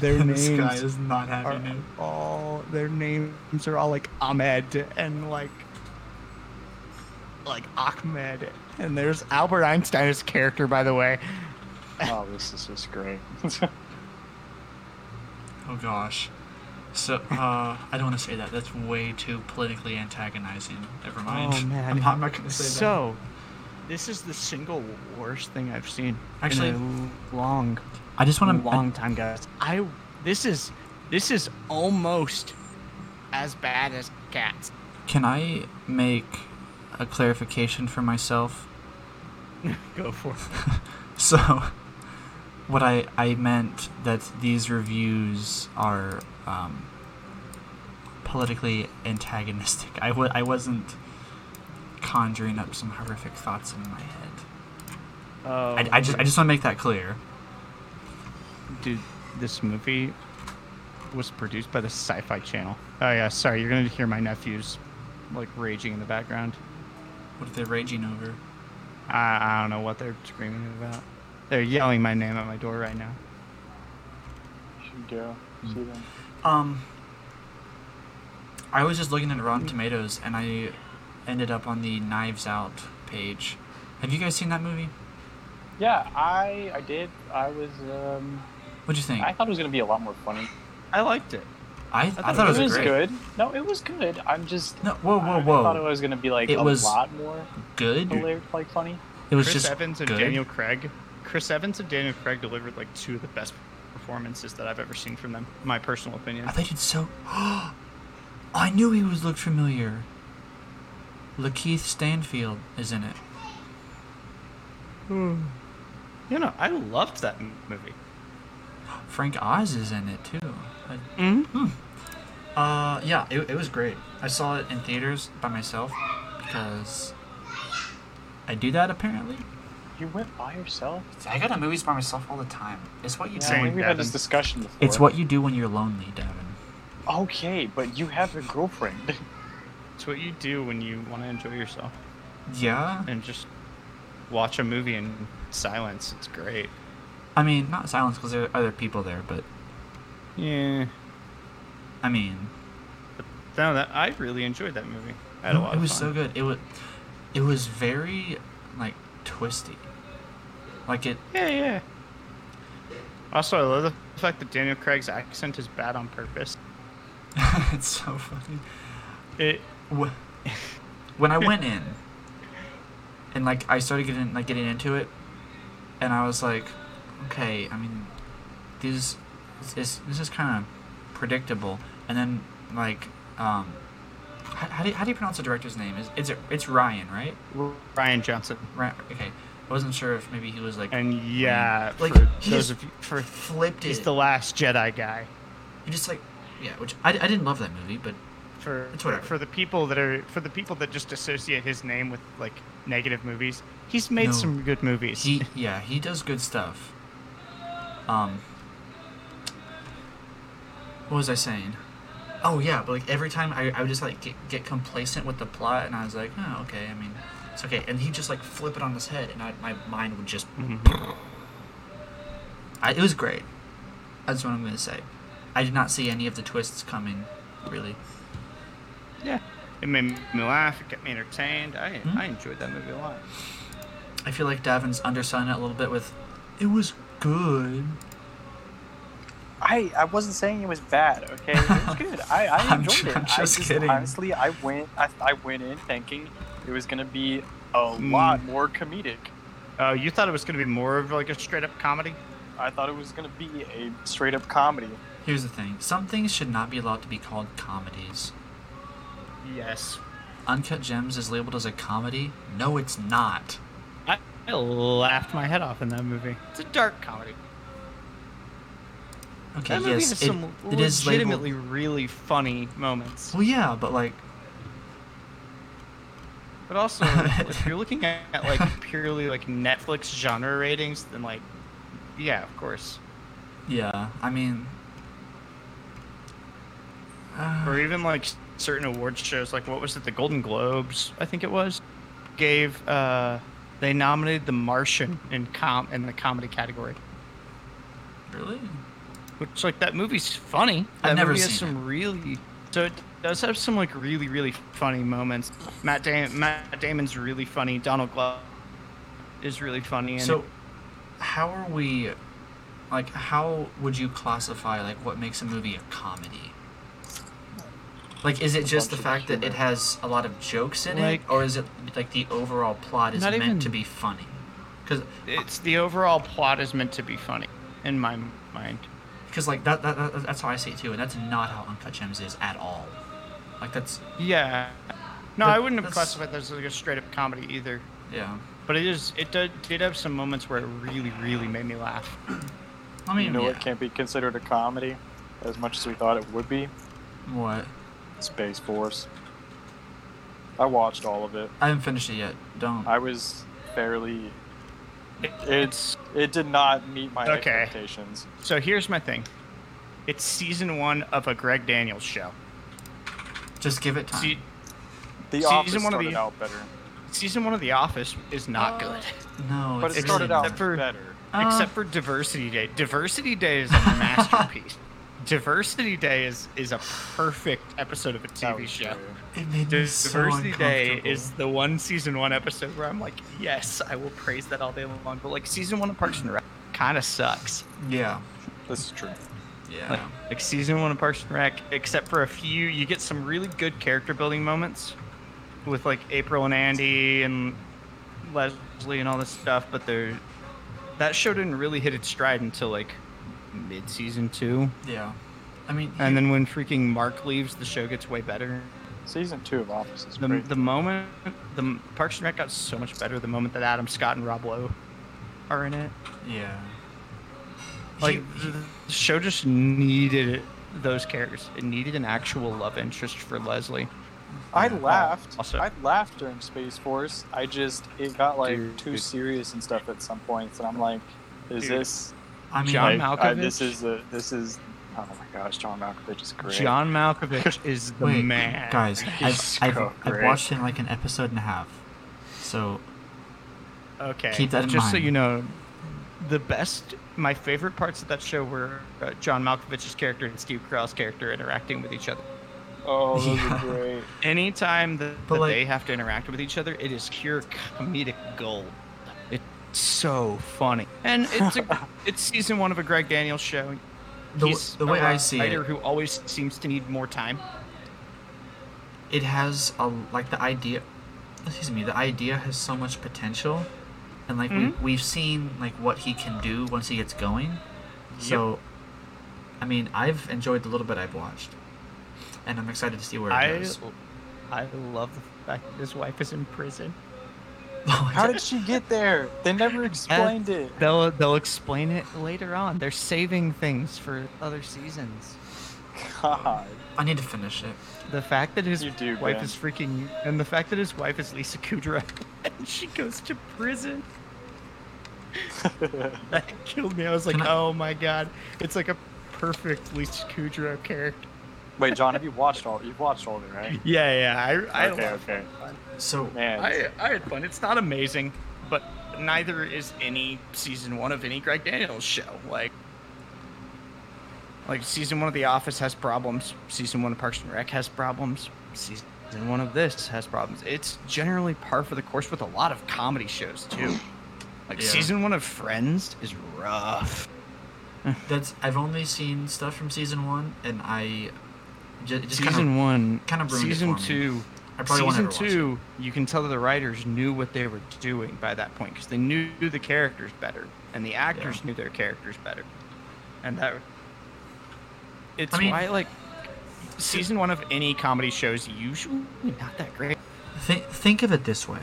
[SPEAKER 1] Their
[SPEAKER 2] and this guy
[SPEAKER 1] names
[SPEAKER 2] is not happy.
[SPEAKER 1] are
[SPEAKER 2] man.
[SPEAKER 1] all their names are all like Ahmed and like like Ahmed and there's Albert Einstein's character by the way.
[SPEAKER 3] Oh, this is just great.
[SPEAKER 2] Oh gosh. So, uh, I don't want to say that. That's way too politically antagonizing. Never mind.
[SPEAKER 1] Oh, man.
[SPEAKER 2] I'm, not- I'm not going to say
[SPEAKER 1] So this is the single worst thing I've seen
[SPEAKER 2] Actually-
[SPEAKER 1] in a long
[SPEAKER 2] that. I just want to.
[SPEAKER 1] long time, guys. I this is this is almost as bad as cats.
[SPEAKER 2] Can I make a clarification for myself?
[SPEAKER 1] Go for it.
[SPEAKER 2] So, what I I meant that these reviews are um, politically antagonistic. I w- I wasn't conjuring up some horrific thoughts in my head.
[SPEAKER 1] Oh,
[SPEAKER 2] I, I just I just want to make that clear.
[SPEAKER 1] dude, this movie was produced by the Sci-Fi Channel. Oh yeah, sorry, you're gonna hear my nephews like raging in the background.
[SPEAKER 2] What if they're raging over?
[SPEAKER 1] I, I don't know what they're screaming about. They're yelling my name at my door right now.
[SPEAKER 3] Should go see them.
[SPEAKER 2] Um, I was just looking at Rotten Tomatoes, and I ended up on the Knives Out page. Have you guys seen that movie?
[SPEAKER 3] Yeah, I I did. I was um
[SPEAKER 2] What'd you think?
[SPEAKER 3] I
[SPEAKER 2] I,
[SPEAKER 3] thought it was gonna be a lot more funny.
[SPEAKER 1] I liked it.
[SPEAKER 2] I, thought it was, great.
[SPEAKER 3] good. No, it was good. I'm just
[SPEAKER 2] No, whoa, whoa,
[SPEAKER 3] I-
[SPEAKER 2] whoa!
[SPEAKER 3] I thought it was gonna be like
[SPEAKER 2] It
[SPEAKER 3] a
[SPEAKER 2] was-
[SPEAKER 3] lot more
[SPEAKER 2] good.
[SPEAKER 3] hilarious, like funny.
[SPEAKER 2] It was
[SPEAKER 1] Chris
[SPEAKER 2] just
[SPEAKER 1] Evans and
[SPEAKER 2] good.
[SPEAKER 1] Daniel Craig. Chris Evans and Daniel Craig delivered like two of the best performances that I've ever seen from them. My personal opinion.
[SPEAKER 2] I thought you'd so. I knew he was looked familiar. Lakeith Stanfield is in it.
[SPEAKER 1] You know, I loved that m- movie.
[SPEAKER 2] Frank Oz is in it too. I-
[SPEAKER 1] Mm-hmm.
[SPEAKER 2] Uh, yeah, it, it was great. I saw it in theaters by myself because I do that apparently.
[SPEAKER 3] You went by yourself?
[SPEAKER 2] I go to movies by myself all the time. It's what you
[SPEAKER 3] Yeah, I
[SPEAKER 1] Same,
[SPEAKER 3] think we've had
[SPEAKER 1] Devin.
[SPEAKER 3] this discussion before.
[SPEAKER 2] It's what you do when you're lonely, Devin.
[SPEAKER 3] Okay, but you have a girlfriend.
[SPEAKER 1] It's what you do when you want to enjoy yourself
[SPEAKER 2] Yeah.
[SPEAKER 1] and just watch a movie in silence. It's great.
[SPEAKER 2] I mean, not silence because there are other people there, but
[SPEAKER 1] Yeah.
[SPEAKER 2] I mean,
[SPEAKER 1] No, that I really enjoyed that movie. I had a
[SPEAKER 2] no,
[SPEAKER 1] lot
[SPEAKER 2] Mm, it
[SPEAKER 1] of
[SPEAKER 2] was
[SPEAKER 1] fun.
[SPEAKER 2] so good. It was, it was very like twisty. Like it,
[SPEAKER 1] Yeah, yeah. Also, I love the fact that Daniel Craig's accent is bad on purpose.
[SPEAKER 2] it's so funny.
[SPEAKER 1] It
[SPEAKER 2] Wh- when I went in, and like I started getting like getting into it, and I was like, okay, I mean, these, this is this is kind of predictable. And then like, um, how, how do you, how do you pronounce the director's name? Is it's it's Ryan, right?
[SPEAKER 1] Ryan Johnson.
[SPEAKER 2] Ryan. Okay, I wasn't sure if maybe he was like
[SPEAKER 1] And yeah,
[SPEAKER 2] Like,
[SPEAKER 1] for
[SPEAKER 2] he
[SPEAKER 1] those
[SPEAKER 2] just
[SPEAKER 1] of you, for
[SPEAKER 2] flipped it.
[SPEAKER 1] he's the last Jedi guy.
[SPEAKER 2] You just like yeah, which I, I didn't love that movie, but
[SPEAKER 1] for
[SPEAKER 2] It's whatever.
[SPEAKER 1] for the people that are for the people that just associate his name with like negative movies. He's made
[SPEAKER 2] No.
[SPEAKER 1] some good movies.
[SPEAKER 2] he yeah he does good stuff. Um, what was I saying? Oh yeah, but like every time I, I would just like get, get complacent with the plot, and I was like, oh okay, I mean it's okay, and he just like flip it on his head, and I, my mind would just. I, it was great. That's what I'm gonna say. I did not see any of the twists coming, really.
[SPEAKER 1] Yeah. It made me laugh. It kept me entertained. I, I enjoyed that movie a lot.
[SPEAKER 2] I feel like Davin's underselling it a little bit with, it was good.
[SPEAKER 3] I, I wasn't saying it was bad, okay? It was good. I, I
[SPEAKER 2] I'm
[SPEAKER 3] enjoyed
[SPEAKER 2] ju-
[SPEAKER 3] it.
[SPEAKER 2] I'm
[SPEAKER 3] I
[SPEAKER 2] just kidding.
[SPEAKER 3] Honestly, I went I, I went in thinking it was gonna be a
[SPEAKER 2] Mm.
[SPEAKER 3] lot more comedic.
[SPEAKER 1] Oh, you thought it was going to be more of like a straight up comedy?
[SPEAKER 3] I thought it was gonna be a straight up comedy.
[SPEAKER 2] Here's the thing some things should not be allowed to be called comedies.
[SPEAKER 1] Yes.
[SPEAKER 2] Uncut Gems is labeled as a comedy. No, it's not.
[SPEAKER 1] I, I laughed my head off in that movie.
[SPEAKER 4] It's a dark comedy.
[SPEAKER 2] Okay,
[SPEAKER 1] That movie
[SPEAKER 2] yes,
[SPEAKER 1] has
[SPEAKER 2] it,
[SPEAKER 1] some
[SPEAKER 2] it is
[SPEAKER 1] legitimately
[SPEAKER 2] labeled.
[SPEAKER 1] really funny moments.
[SPEAKER 2] Well, yeah, but like,
[SPEAKER 1] But also, if you're looking at at, like purely like Netflix genre ratings, then like, yeah, of course.
[SPEAKER 2] yeah, I mean. Uh,
[SPEAKER 1] Or even like certain award shows, like what was it, the Golden Globes? I think it was. Gave uh, they nominated The Martian in com in the comedy category,
[SPEAKER 2] really?
[SPEAKER 1] which like that movie's funny. That
[SPEAKER 2] I've never
[SPEAKER 1] movie has
[SPEAKER 2] seen
[SPEAKER 1] some really so it does have some like really really funny moments. Matt Damon, Matt Damon's really funny. Donald Glover is really funny. And
[SPEAKER 2] So, how are we. Like, how would you classify, like, what makes a movie a comedy? Like, is it just the
[SPEAKER 5] bunch of
[SPEAKER 2] fact that it
[SPEAKER 5] humor.
[SPEAKER 2] has a lot of jokes in it?
[SPEAKER 1] Like-
[SPEAKER 2] Or is it, like, the overall plot is
[SPEAKER 1] Not
[SPEAKER 2] meant
[SPEAKER 1] even-
[SPEAKER 2] to be funny? Because
[SPEAKER 1] it's the overall plot is meant to be funny in my mind
[SPEAKER 2] because like that, that, that that's how I see it too, and that's not how Uncut Gems is at all. Like that's
[SPEAKER 1] yeah no
[SPEAKER 2] But
[SPEAKER 1] i wouldn't have
[SPEAKER 2] that's-
[SPEAKER 1] classified this as like a straight up comedy either
[SPEAKER 2] yeah.
[SPEAKER 1] but it is it did, did have some moments where it really really made me laugh
[SPEAKER 2] I mean,
[SPEAKER 3] You know
[SPEAKER 2] yeah.
[SPEAKER 3] it can't be considered a comedy as much as we thought it would be.
[SPEAKER 2] what?
[SPEAKER 3] Space Force. I watched all of it.
[SPEAKER 2] I haven't finished it yet. Don't.
[SPEAKER 3] I was fairly
[SPEAKER 1] It-
[SPEAKER 3] it's it did not meet my
[SPEAKER 1] Okay.
[SPEAKER 3] expectations.
[SPEAKER 1] so here's my thing it's season one of a greg daniels show
[SPEAKER 2] Just give it time.
[SPEAKER 1] See,
[SPEAKER 3] The
[SPEAKER 1] Season
[SPEAKER 3] office
[SPEAKER 1] one of
[SPEAKER 3] started
[SPEAKER 1] the-
[SPEAKER 3] out better.
[SPEAKER 1] season one of the office is not good
[SPEAKER 2] no,
[SPEAKER 3] But
[SPEAKER 2] it's
[SPEAKER 3] it started
[SPEAKER 2] really
[SPEAKER 3] out
[SPEAKER 2] not.
[SPEAKER 1] Except for-
[SPEAKER 3] better.
[SPEAKER 2] Uh,
[SPEAKER 1] except for diversity day diversity day is a masterpiece diversity day is is a perfect episode of a
[SPEAKER 3] That
[SPEAKER 1] tv
[SPEAKER 3] was
[SPEAKER 1] show
[SPEAKER 3] great.
[SPEAKER 2] It made me so
[SPEAKER 1] Diversity Day is
[SPEAKER 2] uncomfortable.
[SPEAKER 1] the one season one episode where I'm like, yes, I will praise that all day long. But like season one of Parks and Rec kind of sucks.
[SPEAKER 2] yeah,
[SPEAKER 3] This is true.
[SPEAKER 1] Like,
[SPEAKER 2] yeah.
[SPEAKER 1] like season one of Parks and Rec, except for a few, you get some really good character building moments with like April and Andy and Leslie and all this stuff. But they're that show didn't really hit its stride until like mid season two,
[SPEAKER 2] Yeah. I mean,
[SPEAKER 1] and then when freaking Mark leaves, the show gets way better.
[SPEAKER 3] Season two of Office is
[SPEAKER 1] The,
[SPEAKER 3] great.
[SPEAKER 1] the moment the Parks and Rec got so much better the moment that Adam Scott and Rob Lowe are in it.
[SPEAKER 2] yeah.
[SPEAKER 1] Like
[SPEAKER 2] He-
[SPEAKER 1] the the show just needed those characters. It needed an actual love interest for Leslie.
[SPEAKER 3] I
[SPEAKER 1] Yeah.
[SPEAKER 3] laughed.
[SPEAKER 1] Oh, Also-
[SPEAKER 3] I laughed during Space Force. I just it got like
[SPEAKER 1] Dude.
[SPEAKER 3] too serious and stuff at some points, and I'm like, is
[SPEAKER 1] Dude.
[SPEAKER 3] this
[SPEAKER 2] I mean,
[SPEAKER 1] John
[SPEAKER 3] like, I,
[SPEAKER 1] Malkovich?
[SPEAKER 3] this is a this is oh my gosh, John Malkovich is great.
[SPEAKER 1] John Malkovich is the
[SPEAKER 2] wait,
[SPEAKER 1] man.
[SPEAKER 2] guys, I've,
[SPEAKER 3] He's
[SPEAKER 2] I've,
[SPEAKER 3] so
[SPEAKER 2] I've
[SPEAKER 3] great.
[SPEAKER 2] watched him like an episode and a half, so
[SPEAKER 1] Okay.
[SPEAKER 2] Keep that in
[SPEAKER 1] just so
[SPEAKER 2] mind.
[SPEAKER 1] you know, the best, my favorite parts of that show were uh, John Malkovich's character and Steve Carell's character interacting with each other.
[SPEAKER 3] Oh, those
[SPEAKER 2] Yeah.
[SPEAKER 3] are great.
[SPEAKER 1] anytime that,
[SPEAKER 2] But,
[SPEAKER 1] that
[SPEAKER 2] like-
[SPEAKER 1] they have to interact with each other, it is pure comedic gold. It's so funny, and it's a, it's season one of a Greg Daniels show.
[SPEAKER 2] the,
[SPEAKER 1] He's
[SPEAKER 2] the way
[SPEAKER 1] a
[SPEAKER 2] I see
[SPEAKER 1] writer
[SPEAKER 2] it,
[SPEAKER 1] who always seems to need more time.
[SPEAKER 2] it has a like the idea excuse me the idea has so much potential and like
[SPEAKER 1] Mm-hmm.
[SPEAKER 2] we, we've seen like what he can do once he gets going so i mean i've enjoyed the little bit i've watched and i'm excited to see where it
[SPEAKER 1] I
[SPEAKER 2] goes
[SPEAKER 1] I love the fact that his wife is in prison.
[SPEAKER 3] How did she get there? They never explained it.
[SPEAKER 1] They'll they'll explain it later on. They're saving things for other seasons.
[SPEAKER 3] God.
[SPEAKER 2] i need to finish it
[SPEAKER 1] The fact that his
[SPEAKER 3] You do,
[SPEAKER 1] wife
[SPEAKER 3] Ben.
[SPEAKER 1] is freaking, and the fact that his wife is Lisa Kudrow, and she goes to prison. that killed me. I was like,
[SPEAKER 2] Can I-
[SPEAKER 1] oh my god, it's like a perfect Lisa Kudrow character.
[SPEAKER 3] Wait, John, have you watched all? You've watched all of it, right?
[SPEAKER 1] Yeah, yeah, I, I,
[SPEAKER 3] okay,
[SPEAKER 1] love-
[SPEAKER 3] okay.
[SPEAKER 2] so
[SPEAKER 3] Man,
[SPEAKER 1] I, I had fun. It's not amazing, but neither is any season one of any Greg Daniels show. Like, Like season one of The Office has problems. Season one of Parks and Rec has problems. Season one of this has problems. It's generally par for the course with a lot of comedy shows too. Like
[SPEAKER 2] Yeah.
[SPEAKER 1] season one of Friends is rough.
[SPEAKER 2] That's I've only seen stuff from season one, and I just, just
[SPEAKER 1] season
[SPEAKER 2] kind of
[SPEAKER 1] one,
[SPEAKER 2] kinda ruined it
[SPEAKER 1] season
[SPEAKER 2] for me.
[SPEAKER 1] two.
[SPEAKER 2] I probably won't
[SPEAKER 1] Season
[SPEAKER 2] ever watch
[SPEAKER 1] two, you can tell that the writers knew what they were doing by that point because they knew the characters better and the actors knew their characters better, and that it's
[SPEAKER 2] I mean-
[SPEAKER 1] why like season one of any comedy shows usually not that great.
[SPEAKER 2] Think think of it this way: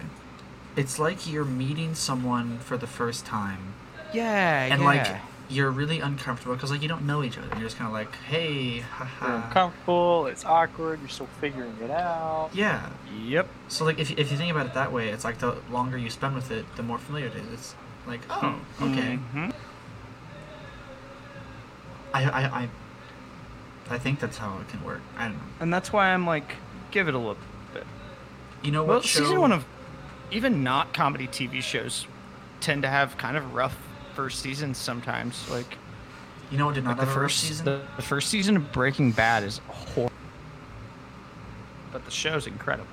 [SPEAKER 2] it's like you're meeting someone for the first time,
[SPEAKER 1] Yeah,
[SPEAKER 2] and
[SPEAKER 1] yeah.
[SPEAKER 2] like you're really uncomfortable because like you don't know each other. You're just kind of like, hey,
[SPEAKER 3] You're
[SPEAKER 2] haha.
[SPEAKER 3] uncomfortable. It's awkward. You're still figuring it out.
[SPEAKER 2] Yeah.
[SPEAKER 1] yep,
[SPEAKER 2] So like if if you think about it that way, it's like the longer you spend with it, the more familiar it is. It's like, oh, okay.
[SPEAKER 1] Mhm.
[SPEAKER 2] I I I, I think that's how it can work. I don't know.
[SPEAKER 1] and that's why I'm like, give it a little bit.
[SPEAKER 2] You know
[SPEAKER 1] Well,
[SPEAKER 2] what show?
[SPEAKER 1] season one of even not comedy TV shows tend to have kind of rough first seasons sometimes. Like,
[SPEAKER 2] you know what did not
[SPEAKER 1] like the
[SPEAKER 2] have a rough
[SPEAKER 1] first
[SPEAKER 2] season?
[SPEAKER 1] The, the first season of Breaking Bad is horrible, but the show's incredible.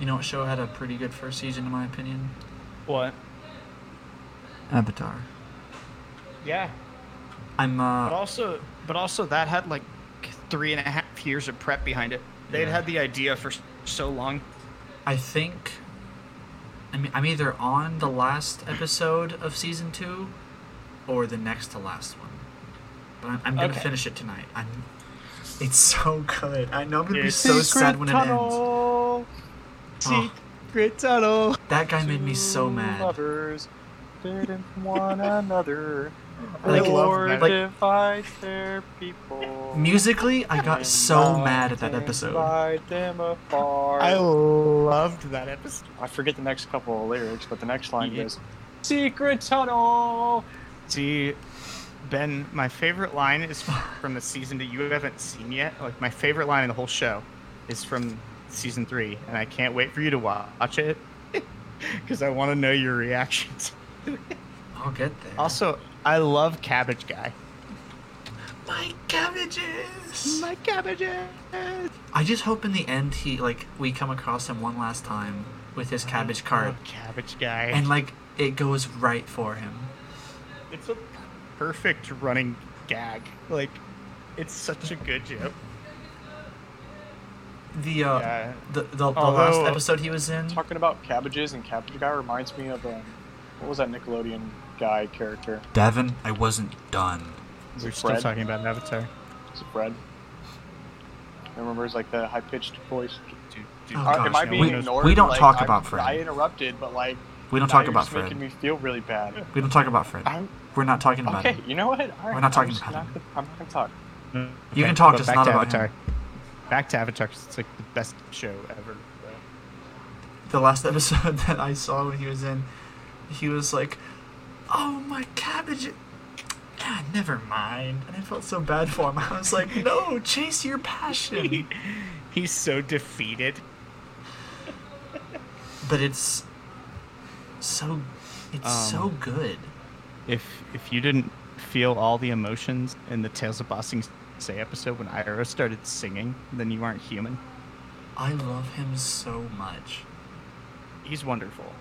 [SPEAKER 2] You know what show had a pretty good first season in my opinion?
[SPEAKER 1] What?
[SPEAKER 2] Avatar.
[SPEAKER 1] Yeah,
[SPEAKER 2] I'm
[SPEAKER 1] but
[SPEAKER 2] uh
[SPEAKER 1] also, but also that had like three and a half years of prep behind it. They'd
[SPEAKER 2] Yeah.
[SPEAKER 1] had the idea for s- so long.
[SPEAKER 2] I think I'm I'm either on the last episode of season two or the next to last one. But I'm, I'm gonna
[SPEAKER 1] Okay.
[SPEAKER 2] finish it tonight. I'm it's so good. I know I'm gonna be
[SPEAKER 1] It's
[SPEAKER 2] so sad when it Oh.
[SPEAKER 3] tunnel. Secret tunnel.
[SPEAKER 2] ends. That guy made me so
[SPEAKER 3] Two
[SPEAKER 2] mad.
[SPEAKER 3] Lovers hidden from one another.
[SPEAKER 2] Like,
[SPEAKER 3] or
[SPEAKER 1] love-
[SPEAKER 2] like-
[SPEAKER 3] divide their people.
[SPEAKER 2] Musically, I got so
[SPEAKER 3] Divide
[SPEAKER 2] mad at that
[SPEAKER 3] them,
[SPEAKER 2] episode.
[SPEAKER 3] divide them apart.
[SPEAKER 1] I loved that episode.
[SPEAKER 3] I forget the next couple of lyrics, but the next line
[SPEAKER 1] Yeah.
[SPEAKER 3] goes, "Secret tunnel."
[SPEAKER 1] See, Ben, my favorite line is from the season that you haven't seen yet. Like my favorite line in the whole show is from season three, and I can't wait for you to wa- watch it because I want to know your reactions.
[SPEAKER 2] I'll get there.
[SPEAKER 1] Also, I love Cabbage Guy.
[SPEAKER 2] my cabbages.
[SPEAKER 1] My cabbages.
[SPEAKER 2] I just hope in the end he like we come across him one last time with his cabbage cart
[SPEAKER 1] Love Cabbage Guy.
[SPEAKER 2] and like it goes right for him.
[SPEAKER 1] it's a perfect running gag. Like, it's such a good joke.
[SPEAKER 2] The uh
[SPEAKER 1] Yeah.
[SPEAKER 2] the the, the last
[SPEAKER 1] Although-
[SPEAKER 2] episode he was in.
[SPEAKER 3] Talking about cabbages and cabbage guy reminds me of um, what was that Nickelodeon guy character?
[SPEAKER 2] Devin, I wasn't done.
[SPEAKER 3] Is
[SPEAKER 1] We're
[SPEAKER 3] it
[SPEAKER 1] still
[SPEAKER 3] Fred?
[SPEAKER 1] talking about Avatar.
[SPEAKER 3] Is it Fred? I remember it's like the high pitched voice. Uh,
[SPEAKER 1] Dude, dude,
[SPEAKER 2] Oh,
[SPEAKER 3] Are-
[SPEAKER 2] gosh,
[SPEAKER 3] am I
[SPEAKER 2] no,
[SPEAKER 3] being
[SPEAKER 2] we-
[SPEAKER 3] ignored?
[SPEAKER 2] we don't
[SPEAKER 3] Like,
[SPEAKER 2] talk
[SPEAKER 3] I'm-
[SPEAKER 2] about Fred.
[SPEAKER 3] I interrupted, but like
[SPEAKER 2] We don't
[SPEAKER 3] now
[SPEAKER 2] talk
[SPEAKER 3] you're
[SPEAKER 2] about
[SPEAKER 3] just
[SPEAKER 2] Fred.
[SPEAKER 3] making me feel really bad.
[SPEAKER 2] We don't talk about Fred.
[SPEAKER 3] I'm
[SPEAKER 2] We're not talking about
[SPEAKER 3] okay.
[SPEAKER 2] him.
[SPEAKER 3] You know what? All right,
[SPEAKER 2] not talking
[SPEAKER 3] I'm just
[SPEAKER 2] about
[SPEAKER 3] not
[SPEAKER 2] him.
[SPEAKER 3] gonna- I'm not gonna talk.
[SPEAKER 2] You
[SPEAKER 1] Okay,
[SPEAKER 2] can talk,
[SPEAKER 1] but
[SPEAKER 2] just
[SPEAKER 1] back
[SPEAKER 2] not
[SPEAKER 1] to
[SPEAKER 2] about
[SPEAKER 1] Avatar.
[SPEAKER 2] him.
[SPEAKER 1] Back to Avatar 'cause it's like the best show ever.
[SPEAKER 2] The last episode that I saw when he was in, he was like, "Oh my cabbage." Ah, never mind. And I felt so bad for him. I was like, "No, chase your passion."
[SPEAKER 1] He's so defeated.
[SPEAKER 2] but it's so it's so
[SPEAKER 1] Um,
[SPEAKER 2] good.
[SPEAKER 1] If if you didn't feel all the emotions in the Tales of Bossing Say episode when Iroh started singing, then you aren't human.
[SPEAKER 2] I love him so much.
[SPEAKER 1] He's wonderful.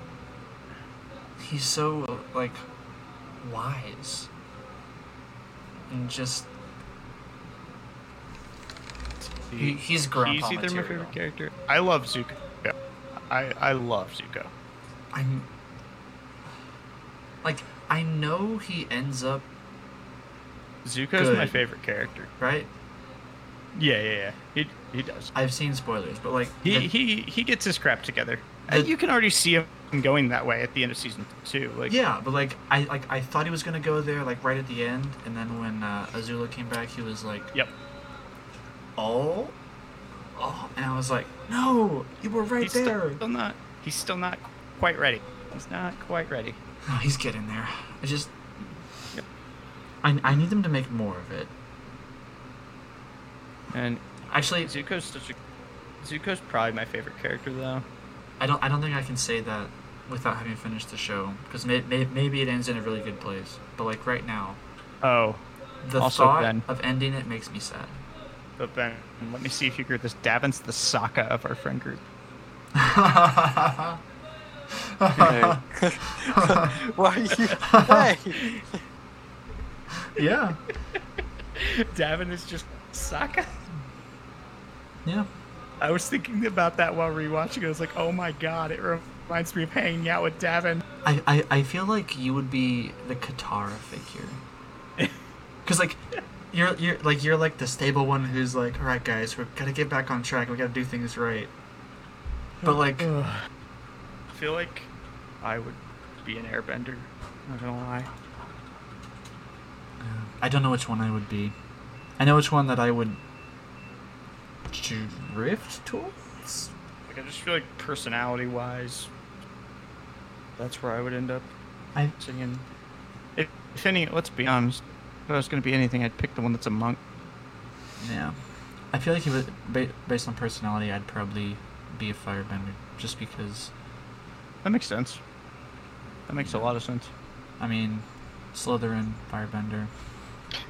[SPEAKER 2] He's so like wise and just He- he's grandpa
[SPEAKER 1] He's either my
[SPEAKER 2] material.
[SPEAKER 1] favorite character. I love Zuko. I I love Zuko.
[SPEAKER 2] I'm like I know he ends up
[SPEAKER 1] Zuko's my
[SPEAKER 2] Good.
[SPEAKER 1] favorite character.
[SPEAKER 2] right.
[SPEAKER 1] Yeah, yeah, yeah. He he does.
[SPEAKER 2] I've seen spoilers, but like
[SPEAKER 1] He
[SPEAKER 2] the-
[SPEAKER 1] he he gets his crap together. And
[SPEAKER 2] The-
[SPEAKER 1] you can already see him going that way at the end of season two. Like
[SPEAKER 2] yeah, but like I like I thought he was gonna go there like right at the end, and then when uh, Azula came back, he was like,
[SPEAKER 1] Yep.
[SPEAKER 2] "Oh, oh," and I was like, "No, you were right
[SPEAKER 1] He's
[SPEAKER 2] there."
[SPEAKER 1] still not. He's still not quite ready. He's not quite ready.
[SPEAKER 2] No, Oh, he's getting there. I just.
[SPEAKER 1] Yep.
[SPEAKER 2] I, I need them to make more of it.
[SPEAKER 1] And
[SPEAKER 2] Actually,
[SPEAKER 1] Zuko's such a. Zuko's probably my favorite character though.
[SPEAKER 2] I don't I don't think I can say that without having finished the show because may, may, maybe it ends in a really good place. But like right now,
[SPEAKER 1] Oh,
[SPEAKER 2] The
[SPEAKER 1] Also,
[SPEAKER 2] thought
[SPEAKER 1] Ben.
[SPEAKER 2] of ending it makes me sad.
[SPEAKER 1] But Ben, let me see if you group this. Davin's the Sokka of our friend group.
[SPEAKER 3] Hey.
[SPEAKER 5] Why are you? Hey,
[SPEAKER 2] Yeah.
[SPEAKER 1] Davin is just Sokka.
[SPEAKER 2] Yeah.
[SPEAKER 1] I was thinking about that while rewatching it. I was like, oh my god, it reminds me of hanging out with Davin.
[SPEAKER 2] I, I, I feel like you would be the Katara figure. Cause like you're you're like you're like the stable one who's like, Alright guys, we're gotta get back on track, we gotta do things right. But like
[SPEAKER 1] I feel like I would be an airbender. Not gonna lie.
[SPEAKER 2] I don't know which one I would be. I know which one that I would drift towards?
[SPEAKER 1] Like I just feel like personality wise, that's where I would end up
[SPEAKER 2] I
[SPEAKER 1] singing. If, if any, let's be honest. If I was gonna be anything, I'd pick the one that's a monk.
[SPEAKER 2] Yeah, I feel like if it, ba- based on personality, I'd probably be a firebender, just because.
[SPEAKER 1] That makes sense. That makes a lot of sense.
[SPEAKER 2] I mean, Slytherin firebender.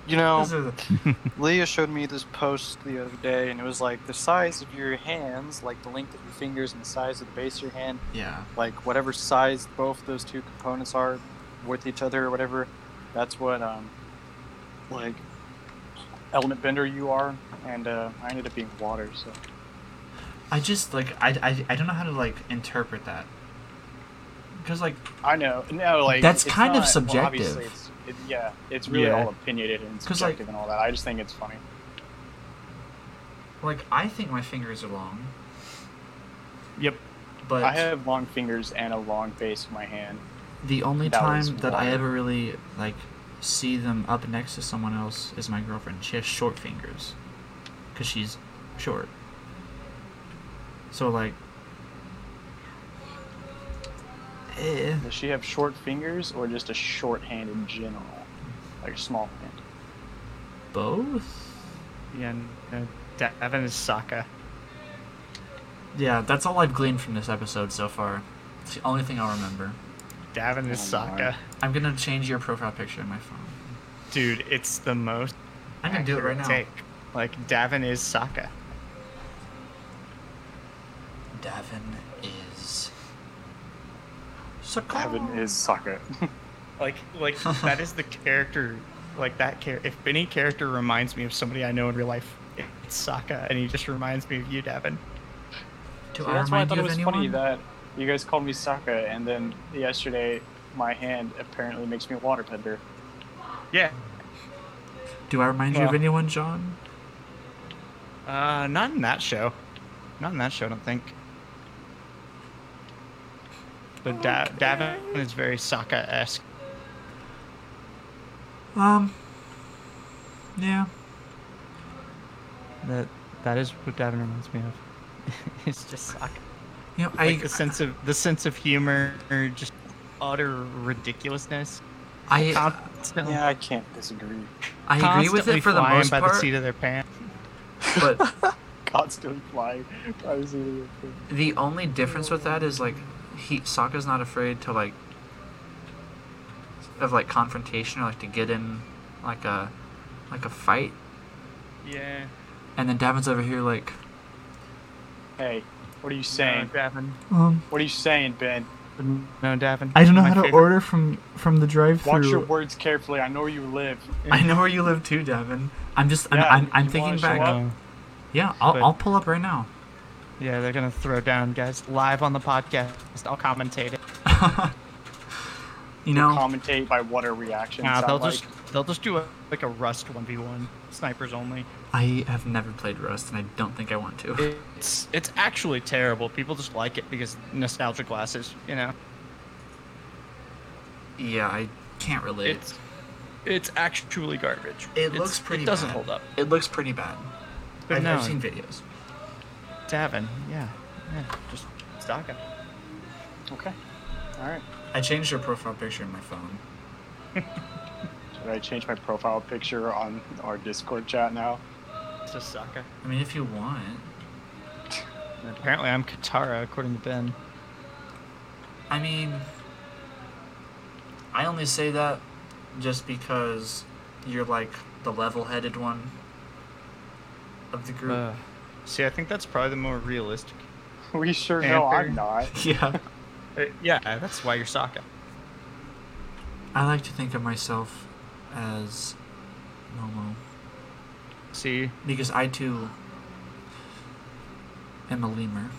[SPEAKER 3] You know,
[SPEAKER 5] Oh.
[SPEAKER 2] Those are the-
[SPEAKER 3] Leah showed me this post the other day, and it was like the size of your hands, like the length of your fingers and the size of the base of your hand,
[SPEAKER 2] yeah,
[SPEAKER 3] like whatever size both those two components are with each other or whatever. That's what, um, like, element bender you are. And uh, I ended up being water, so.
[SPEAKER 2] I just like I, I, I don't know how to like interpret that. Because like
[SPEAKER 3] I know. No, like
[SPEAKER 2] That's
[SPEAKER 3] it's
[SPEAKER 2] kind of
[SPEAKER 3] not- well,
[SPEAKER 2] subjective.
[SPEAKER 3] obviously it's, it, yeah, it's really
[SPEAKER 1] Yeah.
[SPEAKER 3] all opinionated and
[SPEAKER 2] 'Cause, like-
[SPEAKER 3] subjective and all that. I just think it's funny.
[SPEAKER 2] like I think my fingers are long,
[SPEAKER 1] Yep.
[SPEAKER 2] but
[SPEAKER 3] I have long fingers and a long base in my hand.
[SPEAKER 2] the only
[SPEAKER 3] that
[SPEAKER 2] time
[SPEAKER 3] was
[SPEAKER 2] that I
[SPEAKER 3] water.
[SPEAKER 2] ever really like see them up next to someone else is my girlfriend. She has short fingers, cause she's short. So like. Eh.
[SPEAKER 3] Does she have short fingers or just a short hand in general, like a small hand?
[SPEAKER 2] both
[SPEAKER 1] Yeah. And, uh, Davin is Sokka.
[SPEAKER 2] yeah that's all i've gleaned from this episode so far it's the only thing i'll remember
[SPEAKER 1] Davin is
[SPEAKER 3] Oh my.
[SPEAKER 1] Sokka.
[SPEAKER 2] i'm gonna change your profile picture in my phone
[SPEAKER 1] Dude, it's the most.
[SPEAKER 2] i'm gonna do it right
[SPEAKER 1] accurate
[SPEAKER 2] now
[SPEAKER 1] Take. Like Davin is Sokka.
[SPEAKER 2] davin is
[SPEAKER 3] Heaven
[SPEAKER 2] Sakon.
[SPEAKER 3] is Sokka.
[SPEAKER 1] Like like that is the character. Like that character. If any character reminds me of somebody I know in real life, it's Sokka, and he just reminds me of you, Davin.
[SPEAKER 2] do
[SPEAKER 3] So
[SPEAKER 2] i
[SPEAKER 3] that's why I
[SPEAKER 2] remind
[SPEAKER 3] thought
[SPEAKER 2] you
[SPEAKER 3] it
[SPEAKER 2] of
[SPEAKER 3] was
[SPEAKER 2] anyone
[SPEAKER 3] funny that you guys called me Sokka, and then yesterday my hand apparently makes me a waterbender.
[SPEAKER 1] Yeah.
[SPEAKER 2] do i remind you of
[SPEAKER 3] Well.
[SPEAKER 2] anyone john
[SPEAKER 1] Uh, not in that show. Not in that show. I don't think. But da- Davin is very Sokka esque.
[SPEAKER 2] um yeah
[SPEAKER 1] That that is what Davin reminds me of. it's just Sokka.
[SPEAKER 2] you know
[SPEAKER 1] like
[SPEAKER 2] i
[SPEAKER 1] the sense of the sense of humor, just utter ridiculousness.
[SPEAKER 2] i
[SPEAKER 1] Constantly,
[SPEAKER 3] Yeah, I can't disagree.
[SPEAKER 2] i agree with
[SPEAKER 1] constantly
[SPEAKER 2] it for the
[SPEAKER 1] flying
[SPEAKER 2] most
[SPEAKER 1] by the
[SPEAKER 2] part
[SPEAKER 1] seat of their pants.
[SPEAKER 2] but
[SPEAKER 3] Constantly flying. I was really-
[SPEAKER 2] The only difference with that is like he Sokka's not afraid to like of like confrontation or like to get in like a like a fight.
[SPEAKER 1] Yeah.
[SPEAKER 2] And then Davin's over here like
[SPEAKER 3] Hey, what are you saying?
[SPEAKER 1] Davin.
[SPEAKER 2] um
[SPEAKER 3] What are you saying, Ben?
[SPEAKER 1] No, Davin.
[SPEAKER 2] I don't know
[SPEAKER 1] My
[SPEAKER 2] how to
[SPEAKER 1] favorite-
[SPEAKER 2] order from from the drive
[SPEAKER 3] Watch your
[SPEAKER 2] through.
[SPEAKER 3] words carefully. I know where you live.
[SPEAKER 2] I know where you live too, Davin. I'm just
[SPEAKER 3] Yeah,
[SPEAKER 2] I'm, I'm, I'm
[SPEAKER 3] you
[SPEAKER 2] thinking
[SPEAKER 3] wanna show
[SPEAKER 2] back.
[SPEAKER 3] up?
[SPEAKER 1] Oh,
[SPEAKER 2] Yeah, I'll,
[SPEAKER 1] But-
[SPEAKER 2] I'll pull up right now.
[SPEAKER 1] yeah, they're gonna throw down, guys, live on the podcast. I'll commentate it.
[SPEAKER 2] You know,
[SPEAKER 3] Commentate by what are reactions.
[SPEAKER 1] Nah,
[SPEAKER 3] sound
[SPEAKER 1] they'll
[SPEAKER 3] like.
[SPEAKER 1] just they'll just do a, like a rust one v one, snipers only.
[SPEAKER 2] I have never played Rust and I don't think I want to.
[SPEAKER 1] It's it's actually terrible. People just like it because nostalgia glasses, you know.
[SPEAKER 2] Yeah, I can't relate.
[SPEAKER 1] It's it's actually garbage.
[SPEAKER 2] it
[SPEAKER 1] It's-
[SPEAKER 2] looks pretty
[SPEAKER 1] It doesn't
[SPEAKER 2] bad.
[SPEAKER 1] hold up.
[SPEAKER 2] It looks pretty bad.
[SPEAKER 1] But
[SPEAKER 2] I've,
[SPEAKER 1] no,
[SPEAKER 2] I've seen videos.
[SPEAKER 1] Davin, yeah, yeah, just Sokka.
[SPEAKER 3] Okay. All right.
[SPEAKER 2] I changed your profile picture in my phone.
[SPEAKER 3] Should I change my profile picture on our Discord chat now?
[SPEAKER 1] It's just Sokka.
[SPEAKER 2] I mean, if you want,
[SPEAKER 1] And apparently, I'm Katara, according to Ben.
[SPEAKER 2] I mean, I only say that just because you're like the level-headed one of the group.
[SPEAKER 4] Uh,
[SPEAKER 1] See, I think that's probably the more realistic.
[SPEAKER 3] We sure know I'm
[SPEAKER 1] Panther.
[SPEAKER 3] not.
[SPEAKER 2] yeah.
[SPEAKER 1] Uh, yeah, that's why you're Sokka.
[SPEAKER 2] I like to think of myself as Momo
[SPEAKER 1] See,
[SPEAKER 2] because I too am a lemur.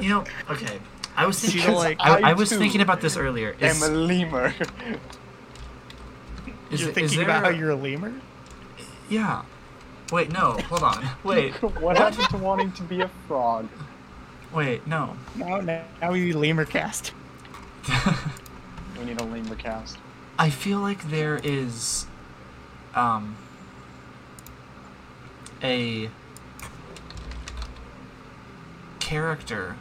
[SPEAKER 2] you know, okay. I was
[SPEAKER 1] See,
[SPEAKER 2] thinking.
[SPEAKER 1] like,
[SPEAKER 2] I, I
[SPEAKER 3] I
[SPEAKER 2] was
[SPEAKER 3] too
[SPEAKER 2] thinking about this earlier. Is,
[SPEAKER 3] I'm a lemur.
[SPEAKER 2] is,
[SPEAKER 1] you're
[SPEAKER 2] is
[SPEAKER 1] thinking
[SPEAKER 2] there,
[SPEAKER 1] about how you're a lemur?
[SPEAKER 2] Yeah. Wait, no. Hold on. Wait.
[SPEAKER 3] what happened to wanting to be a frog?
[SPEAKER 2] Wait, no.
[SPEAKER 1] No, now, now we lemur cast.
[SPEAKER 3] We need a lemur cast.
[SPEAKER 2] I feel like there is um a character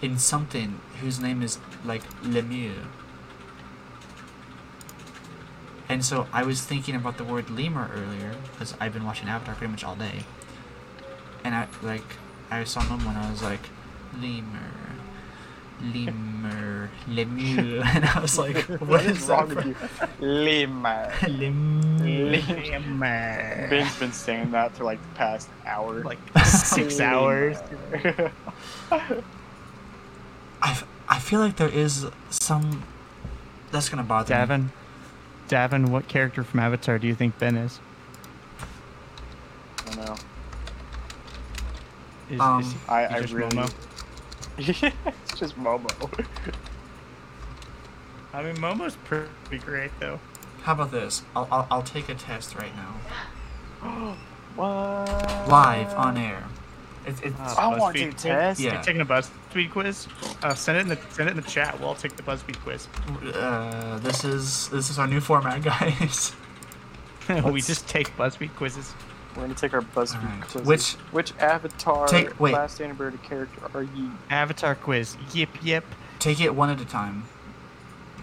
[SPEAKER 2] in something whose name is like Lemur. And so I was thinking about the word lemur earlier because I've been watching Avatar pretty much all day. And I like I saw him when I was like lemur lemur lemur and I was like what is that
[SPEAKER 3] wrong
[SPEAKER 2] from?
[SPEAKER 3] with you? Lemur.
[SPEAKER 2] Lim-
[SPEAKER 1] Lemur.
[SPEAKER 3] Ben's been saying that for like the past hour.
[SPEAKER 1] Like six hours.
[SPEAKER 2] I, f- I feel like there is some that's gonna bother me.
[SPEAKER 1] Davin, Davin, what character from Avatar do you think Ben is?
[SPEAKER 3] I don't know.
[SPEAKER 1] Is,
[SPEAKER 2] Um,
[SPEAKER 1] is he,
[SPEAKER 3] I,
[SPEAKER 1] he
[SPEAKER 3] I
[SPEAKER 1] just
[SPEAKER 3] really.
[SPEAKER 1] Momo?
[SPEAKER 3] it's just Momo.
[SPEAKER 1] I mean, Momo's pretty great though.
[SPEAKER 2] How about this? I'll, I'll, I'll take a test right now,
[SPEAKER 3] What?
[SPEAKER 2] live on air. It's it's
[SPEAKER 1] Wow.
[SPEAKER 3] I want to
[SPEAKER 1] Uh, BuzzFeed.
[SPEAKER 3] test.
[SPEAKER 2] Yeah.
[SPEAKER 1] Taking a BuzzFeed quiz. Uh, send it in the send it in the chat. We'll all take the BuzzFeed quiz.
[SPEAKER 2] uh, this is this is our new format, guys.
[SPEAKER 1] we just take BuzzFeed quizzes.
[SPEAKER 3] We're gonna take our BuzzFeed
[SPEAKER 2] Alright.
[SPEAKER 3] quizzes.
[SPEAKER 2] Which-
[SPEAKER 3] which Avatar
[SPEAKER 2] Take- wait.
[SPEAKER 3] last animated character are you?
[SPEAKER 1] Avatar quiz. Yip yip.
[SPEAKER 2] take it one at a time.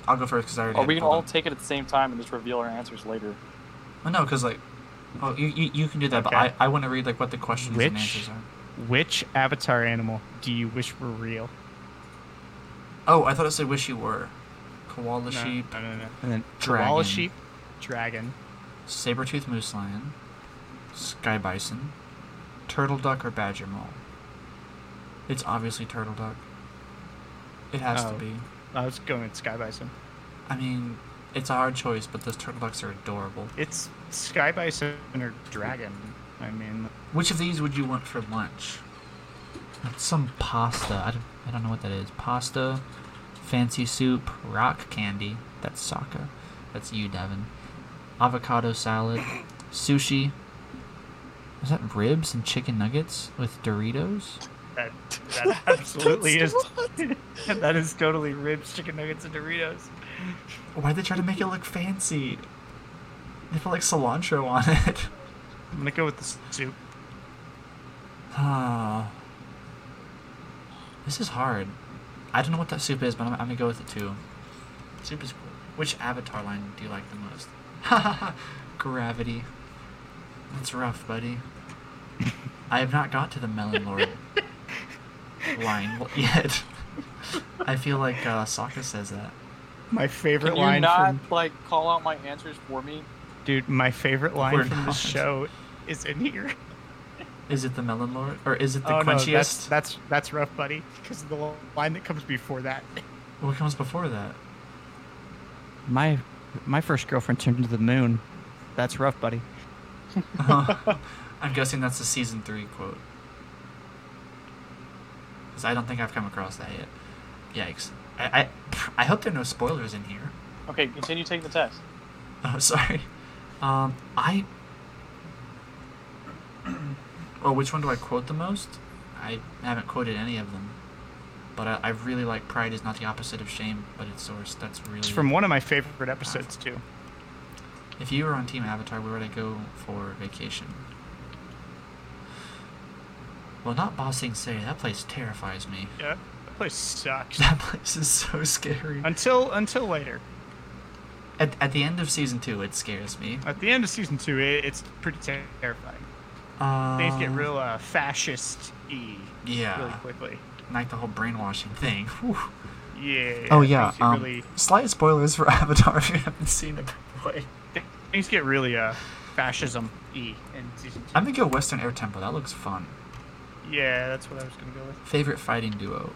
[SPEAKER 2] I'll go first because I already.
[SPEAKER 3] Or
[SPEAKER 2] did.
[SPEAKER 3] we can
[SPEAKER 2] Hold
[SPEAKER 3] all
[SPEAKER 2] on.
[SPEAKER 3] take it at the same time and just reveal our answers later.
[SPEAKER 2] Well, no, because like, oh, you, you, you can do that, but
[SPEAKER 1] Okay.
[SPEAKER 2] I, I want to read like what the questions
[SPEAKER 1] Which?
[SPEAKER 2] and answers are.
[SPEAKER 1] Which Avatar animal do you wish were real?
[SPEAKER 2] Oh, I thought it said wish you were, koala
[SPEAKER 1] No,
[SPEAKER 2] sheep,
[SPEAKER 1] No, no, no. And then
[SPEAKER 2] Dragon.
[SPEAKER 1] koala sheep, dragon,
[SPEAKER 2] saber-toothed moose lion, sky bison, turtle duck, or badger mole. It's obviously turtle duck. It has
[SPEAKER 1] Oh.
[SPEAKER 2] to be.
[SPEAKER 1] I was going with Sky Bison.
[SPEAKER 2] I mean, it's a hard choice, but those turtle ducks are adorable.
[SPEAKER 1] It's Sky Bison or Dragon. I mean,
[SPEAKER 2] Which of these would you want for lunch? That's Some pasta. I don't, I don't know what that is. Pasta, fancy soup, rock candy. That's Sokka. That's you, Devin. Avocado salad, sushi. Is that ribs and chicken nuggets with Doritos?
[SPEAKER 1] that, that absolutely is. that is totally ribs, chicken nuggets, and Doritos.
[SPEAKER 2] Why'd they try to make it look fancy? They put like cilantro on it.
[SPEAKER 1] I'm gonna go with the soup.
[SPEAKER 2] Ah. this is hard. I don't know what that soup is, but I'm, I'm gonna go with it too. Soup is cool. Which Avatar line do you like the most? Gravity. That's rough, buddy. I have not got to the Melon Lord line w- yet. I feel like uh, Sokka says that.
[SPEAKER 1] My favorite
[SPEAKER 3] Can
[SPEAKER 1] line
[SPEAKER 3] you not
[SPEAKER 1] from
[SPEAKER 3] like call out my answers for me?
[SPEAKER 1] dude. My favorite
[SPEAKER 2] We're
[SPEAKER 1] line from
[SPEAKER 2] not.
[SPEAKER 1] this show is in here.
[SPEAKER 2] Is it the Melon Lord or is it the
[SPEAKER 1] oh no, that's
[SPEAKER 2] Quenchiest?
[SPEAKER 1] that's that's rough, buddy. Because of the line that comes before that.
[SPEAKER 2] What comes before that?
[SPEAKER 4] my my first girlfriend turned into the moon. That's rough, buddy.
[SPEAKER 2] Uh-huh. I'm guessing that's the season three quote. Because I don't think I've come across that yet. Yikes. I, I, I hope there are no spoilers in here.
[SPEAKER 3] Okay, continue taking the test.
[SPEAKER 2] Oh, sorry. Um, I. Oh, which one do I quote the most? I haven't quoted any of them. But I, I really like Pride is not the opposite of shame, but it's source. That's really.
[SPEAKER 1] It's from one of my favorite episodes too.
[SPEAKER 2] If you were on Team Avatar, where would I go for vacation? Well, not Ba Sing Se. That place terrifies me.
[SPEAKER 1] Yeah, that place sucks.
[SPEAKER 2] That place is so scary.
[SPEAKER 1] until until later.
[SPEAKER 2] At, at the end of season two, it scares me.
[SPEAKER 1] At the end of season two, it, it's pretty terrifying.
[SPEAKER 2] Uh,
[SPEAKER 1] Things
[SPEAKER 4] Um.
[SPEAKER 1] get real uh, fascist y
[SPEAKER 2] Yeah.
[SPEAKER 1] really quickly.
[SPEAKER 2] Like the whole brainwashing thing. Whew.
[SPEAKER 1] Yeah.
[SPEAKER 2] oh yeah.
[SPEAKER 1] Things get
[SPEAKER 2] Um,
[SPEAKER 1] really,
[SPEAKER 2] Slight spoilers for Avatar if you haven't seen it. By the way.
[SPEAKER 1] things get really uh, fascism y in season two.
[SPEAKER 2] I'm gonna go Western Air Temple. That looks fun.
[SPEAKER 1] yeah, that's what I was gonna go with.
[SPEAKER 2] Favorite fighting duo.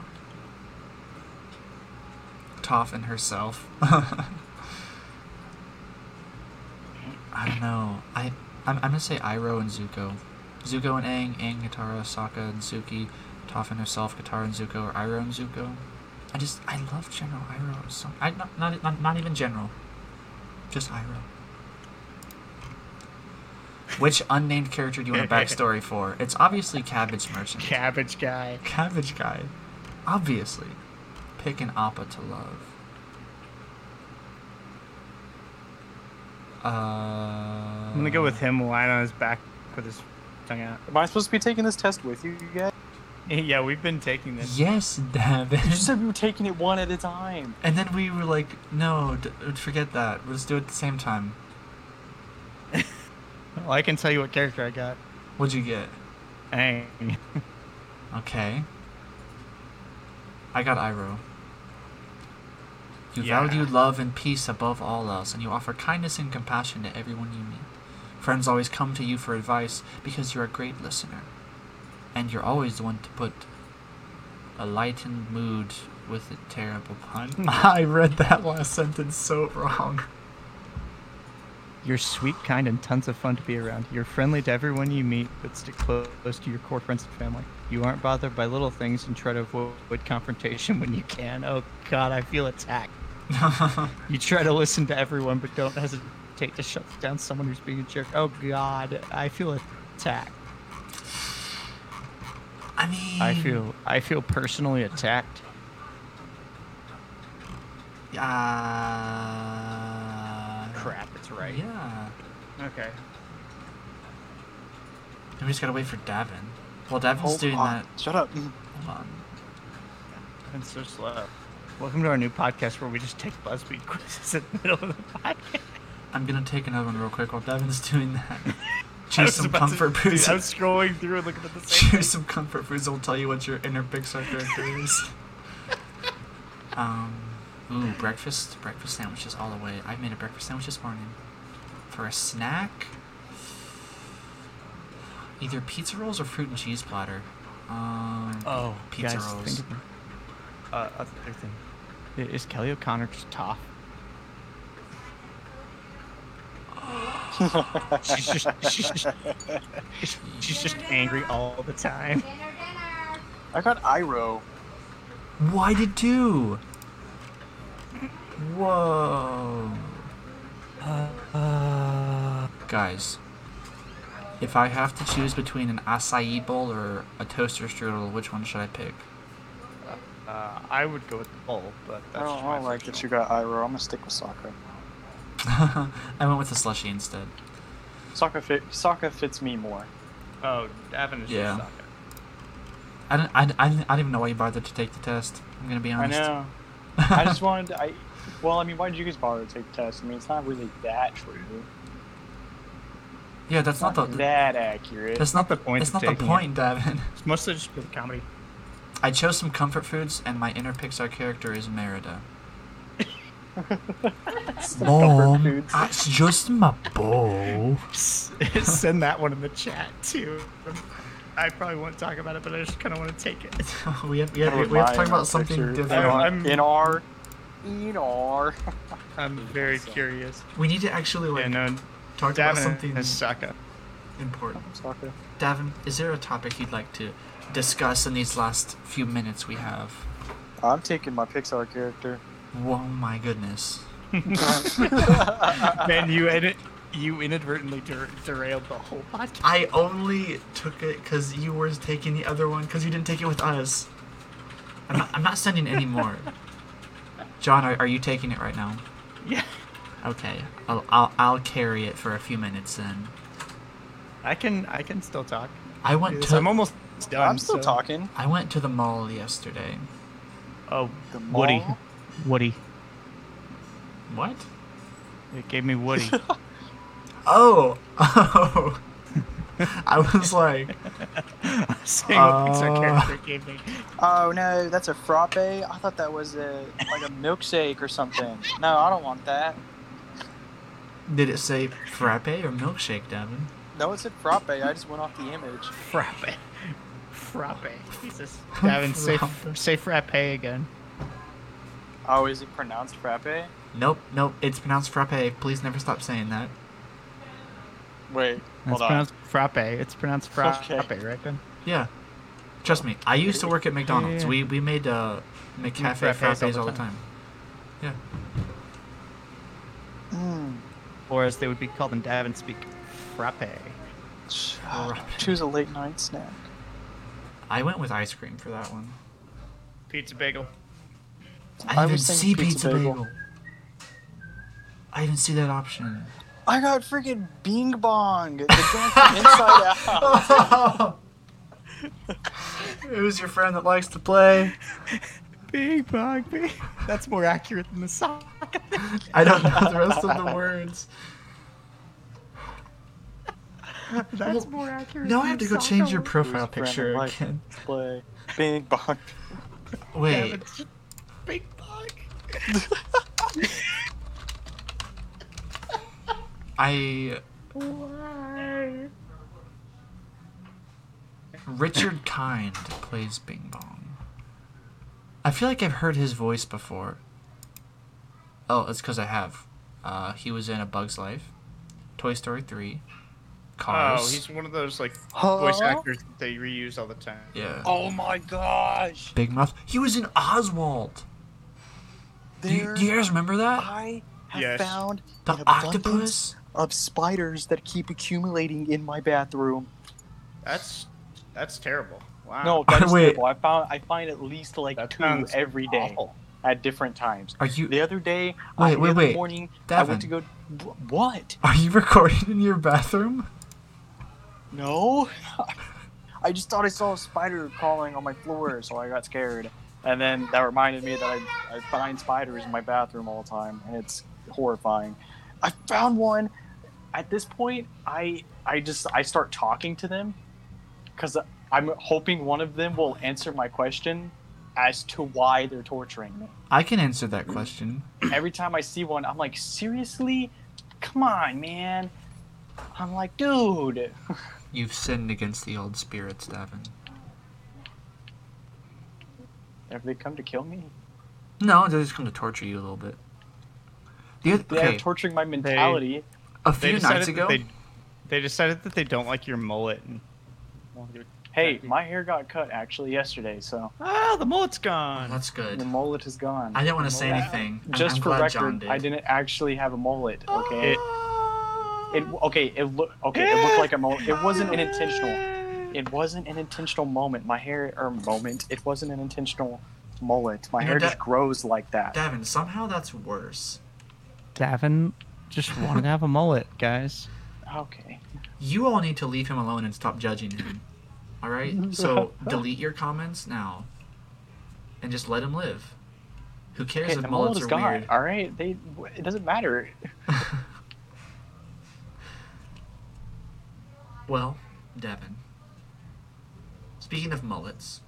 [SPEAKER 2] Toph and herself. I don't know. I I'm, I'm gonna say Iroh and Zuko. Zuko and Aang, Aang, Katara, Sokka, and Suki, Toph and herself, Katara and Zuko, or Iroh and Zuko. I just I love General Iroh. So I not not not, not even General, just Iroh. Which unnamed character do you want a backstory for? It's obviously Cabbage Merchant.
[SPEAKER 1] Cabbage guy.
[SPEAKER 2] Cabbage Guy. Obviously. Pick an oppa to love. Uh, I'm
[SPEAKER 1] I'm gonna
[SPEAKER 2] Uh,
[SPEAKER 1] go with him lying on his back with his tongue out.
[SPEAKER 3] Am I supposed to be taking this test with you guys?
[SPEAKER 1] Yeah, we've been taking this.
[SPEAKER 2] Yes,
[SPEAKER 3] You just
[SPEAKER 2] Davin.
[SPEAKER 3] said we were taking it one at a time.
[SPEAKER 2] And then we were like, no, d- forget that. Let's do it at the same time.
[SPEAKER 1] Well, I can tell you what character I got.
[SPEAKER 2] What'd you get?
[SPEAKER 1] Aang.
[SPEAKER 2] Okay. I got Iroh. You
[SPEAKER 1] Yeah.
[SPEAKER 2] value love and peace above all else, and you offer kindness and compassion to everyone you meet. Friends always come to you for advice because you're a great listener. And you're always the one to put a lightened mood with a terrible pun. I read that last sentence so wrong.
[SPEAKER 4] You're sweet, kind, and tons of fun to be around. You're friendly to everyone you meet, but stick clo- close to your core friends and family. You aren't bothered by little things and try to avo- avoid confrontation when you can. Oh God, I feel attacked. You try to listen to everyone, but don't hesitate to shut down someone who's being a jerk. Oh God, I feel attacked.
[SPEAKER 2] I mean,
[SPEAKER 4] I feel I feel personally attacked.
[SPEAKER 2] Uh,
[SPEAKER 4] Crap, it's right.
[SPEAKER 2] Yeah.
[SPEAKER 1] Okay.
[SPEAKER 2] And we just gotta wait for Davin. Well, Davin's
[SPEAKER 3] Hold
[SPEAKER 2] doing
[SPEAKER 3] on. Shut up. Mm.
[SPEAKER 2] that. Hold on.
[SPEAKER 1] I'm so slow. Welcome to our new podcast where we just take BuzzFeed quizzes in the middle of the podcast.
[SPEAKER 2] I'm gonna take another one real quick while Davin's doing that.
[SPEAKER 1] I
[SPEAKER 2] Choose
[SPEAKER 1] was
[SPEAKER 2] some
[SPEAKER 1] about to-
[SPEAKER 2] comfort
[SPEAKER 1] dude,
[SPEAKER 2] foods.
[SPEAKER 1] I was scrolling through and looking at the same.
[SPEAKER 2] Choose some comfort foods. that will tell you what your inner Pixar character is. um, ooh, breakfast, breakfast sandwiches all the way. I made a breakfast sandwich this morning. For a snack, either pizza rolls or fruit and cheese platter. Um,
[SPEAKER 4] Oh,
[SPEAKER 2] Pizza
[SPEAKER 4] guys,
[SPEAKER 2] rolls.
[SPEAKER 4] Think of, uh, other thing. I- Is Kelly O'Connor just tough?
[SPEAKER 1] She's just, she's just, she's just angry all the time.
[SPEAKER 5] Dinner, dinner.
[SPEAKER 3] I got Iroh.
[SPEAKER 2] why did you? Whoa.
[SPEAKER 4] Uh,
[SPEAKER 2] Guys, if I have to choose between an acai bowl or a toaster strudel, which one should I pick?
[SPEAKER 1] Uh, I would go with the bowl, but that's
[SPEAKER 3] I don't,
[SPEAKER 1] just
[SPEAKER 3] I
[SPEAKER 1] my
[SPEAKER 2] Oh,
[SPEAKER 3] don't like
[SPEAKER 1] personal-
[SPEAKER 3] that you got Iroh. I'm gonna stick with Sokka.
[SPEAKER 2] I went with the slushy instead.
[SPEAKER 3] Sokka, fit, Sokka fits me more.
[SPEAKER 1] Oh, Davin is just
[SPEAKER 2] Yeah.
[SPEAKER 1] sucking.
[SPEAKER 2] I don't, I, I, I don't even know why you bothered to take the test. I'm gonna be
[SPEAKER 3] I
[SPEAKER 2] honest.
[SPEAKER 3] know. I just wanted. To, I well, I mean, why did you guys bother to take the test? I mean, it's not really that true.
[SPEAKER 2] yeah, that's
[SPEAKER 3] It's
[SPEAKER 2] not
[SPEAKER 3] not,
[SPEAKER 2] the
[SPEAKER 3] that accurate.
[SPEAKER 2] that's not the
[SPEAKER 1] That's the point
[SPEAKER 2] That's
[SPEAKER 1] of
[SPEAKER 2] not the
[SPEAKER 1] taking it.
[SPEAKER 2] point, Davin.
[SPEAKER 1] It's mostly just for the comedy.
[SPEAKER 2] I chose some comfort foods, and my inner Pixar character is Merida.
[SPEAKER 3] Mom, foods.
[SPEAKER 2] that's just my bowl.
[SPEAKER 1] Send that one in the chat too. I probably won't talk about it, but I just kind of want to take it.
[SPEAKER 2] we have, we have,
[SPEAKER 3] Never
[SPEAKER 2] we have to talk
[SPEAKER 3] mind, I'll
[SPEAKER 2] about something
[SPEAKER 3] picture-
[SPEAKER 2] different.
[SPEAKER 1] Oh, I don't- I'm-
[SPEAKER 3] in our in our.
[SPEAKER 1] I'm very curious.
[SPEAKER 2] we need to actually like
[SPEAKER 1] Yeah, no,
[SPEAKER 2] talk about something
[SPEAKER 1] Davin is Sokka.
[SPEAKER 2] important.
[SPEAKER 3] Sokka.
[SPEAKER 2] Davin, is there a topic you'd like to discuss in these last few minutes we have?
[SPEAKER 3] I'm taking my Pixar character.
[SPEAKER 2] Whoa, my goodness.
[SPEAKER 1] Man, you edit, you inadvertently der- derailed the whole podcast.
[SPEAKER 2] I only took it because you were taking the other one because you didn't take it with us. I'm not, I'm not sending any more. John, are, are you taking it right now?
[SPEAKER 1] Yeah,
[SPEAKER 2] Okay, I'll, I'll I'll carry it for a few minutes then.
[SPEAKER 1] I can, I can still talk.
[SPEAKER 2] I went to
[SPEAKER 1] I'm almost done.
[SPEAKER 3] I'm still
[SPEAKER 1] so-
[SPEAKER 3] talking.
[SPEAKER 2] I went to the mall yesterday.
[SPEAKER 4] oh,
[SPEAKER 3] The
[SPEAKER 4] Woody,
[SPEAKER 3] mall?
[SPEAKER 4] Woody.
[SPEAKER 2] What?
[SPEAKER 4] It gave me Woody.
[SPEAKER 2] Oh, oh! I was like,
[SPEAKER 1] Seeing what pizza
[SPEAKER 2] Uh.
[SPEAKER 1] character gave me.
[SPEAKER 5] Oh no, that's a frappe. I thought that was a like a milkshake or something. No, I don't want that.
[SPEAKER 2] Did it say frappe or milkshake, Devin?
[SPEAKER 5] No, it's a frappe. I just went off the image.
[SPEAKER 1] Frappe. Frappe. Jesus. Davin, say,
[SPEAKER 2] Frappe.
[SPEAKER 1] say frappe again.
[SPEAKER 5] Oh, is it pronounced frappe?
[SPEAKER 2] Nope, nope. It's pronounced frappe. Please never stop saying that.
[SPEAKER 5] Wait,
[SPEAKER 4] It's
[SPEAKER 5] hold on.
[SPEAKER 4] pronounced frappe. It's pronounced frappe,
[SPEAKER 5] Okay.
[SPEAKER 4] right, Ben?
[SPEAKER 2] Yeah. Trust me. I used to work at McDonald's.
[SPEAKER 4] Yeah.
[SPEAKER 2] We we made uh McCafe
[SPEAKER 4] frappes all
[SPEAKER 2] frappes
[SPEAKER 4] the
[SPEAKER 2] all the
[SPEAKER 4] time.
[SPEAKER 2] time. Hmm.
[SPEAKER 5] Mm.
[SPEAKER 4] Or as they would be called in Davin speak, frappe.
[SPEAKER 5] Ch-
[SPEAKER 2] Frappe.
[SPEAKER 5] Choose a late night snack.
[SPEAKER 2] I went with ice cream for that one.
[SPEAKER 1] Pizza bagel.
[SPEAKER 2] I
[SPEAKER 5] I
[SPEAKER 2] didn't even
[SPEAKER 5] was
[SPEAKER 2] see
[SPEAKER 5] thinking
[SPEAKER 2] pizza,
[SPEAKER 5] pizza
[SPEAKER 2] bagel.
[SPEAKER 5] bagel.
[SPEAKER 2] I didn't see that option.
[SPEAKER 5] I got freaking Bing Bong. The game from Inside Out.
[SPEAKER 2] Who's your friend that likes to play?
[SPEAKER 4] Big bong, big. That's more accurate than the song.
[SPEAKER 2] I don't know the rest of the words.
[SPEAKER 4] That's more accurate.
[SPEAKER 2] Now
[SPEAKER 4] than
[SPEAKER 2] I have
[SPEAKER 4] the
[SPEAKER 2] to go
[SPEAKER 4] song
[SPEAKER 2] change your
[SPEAKER 4] lyrics.
[SPEAKER 2] profile
[SPEAKER 5] Who's friend
[SPEAKER 2] picture
[SPEAKER 5] that likes-
[SPEAKER 2] again.
[SPEAKER 5] Play Bing Bong.
[SPEAKER 2] Wait,
[SPEAKER 4] Davin, Big bong.
[SPEAKER 2] I. Richard Kind plays Bing Bong. I feel like I've heard his voice before. Oh, it's because I have. Uh, he was in A Bug's Life, Toy Story 3, Cars.
[SPEAKER 1] Oh, he's one of those like
[SPEAKER 5] Huh?
[SPEAKER 1] voice actors that they reuse all the time.
[SPEAKER 2] yeah.
[SPEAKER 5] Oh my gosh.
[SPEAKER 2] Big Mouth. He was in Oswald. Do you,
[SPEAKER 5] There
[SPEAKER 2] do you guys remember that?
[SPEAKER 5] I have
[SPEAKER 1] Yes.
[SPEAKER 5] found
[SPEAKER 2] The
[SPEAKER 5] an abundance
[SPEAKER 2] octopus?
[SPEAKER 5] of spiders that keep accumulating in my bathroom.
[SPEAKER 1] That's that's terrible. Wow.
[SPEAKER 5] No, that's
[SPEAKER 2] Wait.
[SPEAKER 5] terrible. I found I find at least like
[SPEAKER 1] That
[SPEAKER 5] two
[SPEAKER 1] sounds
[SPEAKER 5] every day
[SPEAKER 1] awful.
[SPEAKER 5] at different times.
[SPEAKER 2] Are you
[SPEAKER 5] The other day,
[SPEAKER 2] Wait,
[SPEAKER 5] I, the
[SPEAKER 2] wait,
[SPEAKER 5] other
[SPEAKER 2] wait.
[SPEAKER 5] morning, I
[SPEAKER 2] Devin.
[SPEAKER 5] went to go. Wh- What?
[SPEAKER 2] are you recording in your bathroom?
[SPEAKER 5] No, I just thought I saw a spider crawling on my floor, so I got scared. And then that reminded me that I, I find spiders in my bathroom all the time, and it's horrifying. I found one. At this point, I I just I start talking to them because I'm hoping one of them will answer my question as to why they're torturing me.
[SPEAKER 2] I can answer that question.
[SPEAKER 5] every time I see one, I'm like, seriously? Come on, man. I'm like, dude.
[SPEAKER 2] You've sinned against the old spirits, Devin.
[SPEAKER 5] Have they come to kill me?
[SPEAKER 2] No, they just come to torture you a little bit. The oth-
[SPEAKER 5] They are
[SPEAKER 2] okay,
[SPEAKER 5] torturing my mentality.
[SPEAKER 2] a
[SPEAKER 1] They
[SPEAKER 2] few
[SPEAKER 1] decided
[SPEAKER 2] nights ago,
[SPEAKER 1] That they, they decided that they don't like your mullet. And,
[SPEAKER 5] Hey, my hair got cut actually yesterday, so
[SPEAKER 1] ah, the mullet's gone.
[SPEAKER 2] that's
[SPEAKER 5] the
[SPEAKER 2] good.
[SPEAKER 5] mullet is gone.
[SPEAKER 2] I didn't want to say anything. I'm-
[SPEAKER 5] Just
[SPEAKER 2] I'm
[SPEAKER 5] for
[SPEAKER 2] glad
[SPEAKER 5] record,
[SPEAKER 2] John did.
[SPEAKER 5] I didn't actually have a mullet. Okay.
[SPEAKER 1] It-
[SPEAKER 5] It, okay. It looked okay. It looked like a mullet. It wasn't an intentional. It wasn't an intentional moment. My hair or moment. It wasn't an intentional mullet. My
[SPEAKER 2] You know,
[SPEAKER 5] hair
[SPEAKER 2] Da-
[SPEAKER 5] just grows like that.
[SPEAKER 2] Devin, somehow that's worse.
[SPEAKER 4] Davin just wanted to have a mullet, guys.
[SPEAKER 5] Okay.
[SPEAKER 2] You all need to leave him alone and stop judging him. All right? So delete your comments now and just let him live. Who cares
[SPEAKER 5] Hey,
[SPEAKER 2] if
[SPEAKER 5] the mullet
[SPEAKER 2] mullets
[SPEAKER 5] is
[SPEAKER 2] are
[SPEAKER 5] gone.
[SPEAKER 2] weird?
[SPEAKER 5] All right, they. It doesn't matter.
[SPEAKER 2] Well, Devin. Speaking of mullets,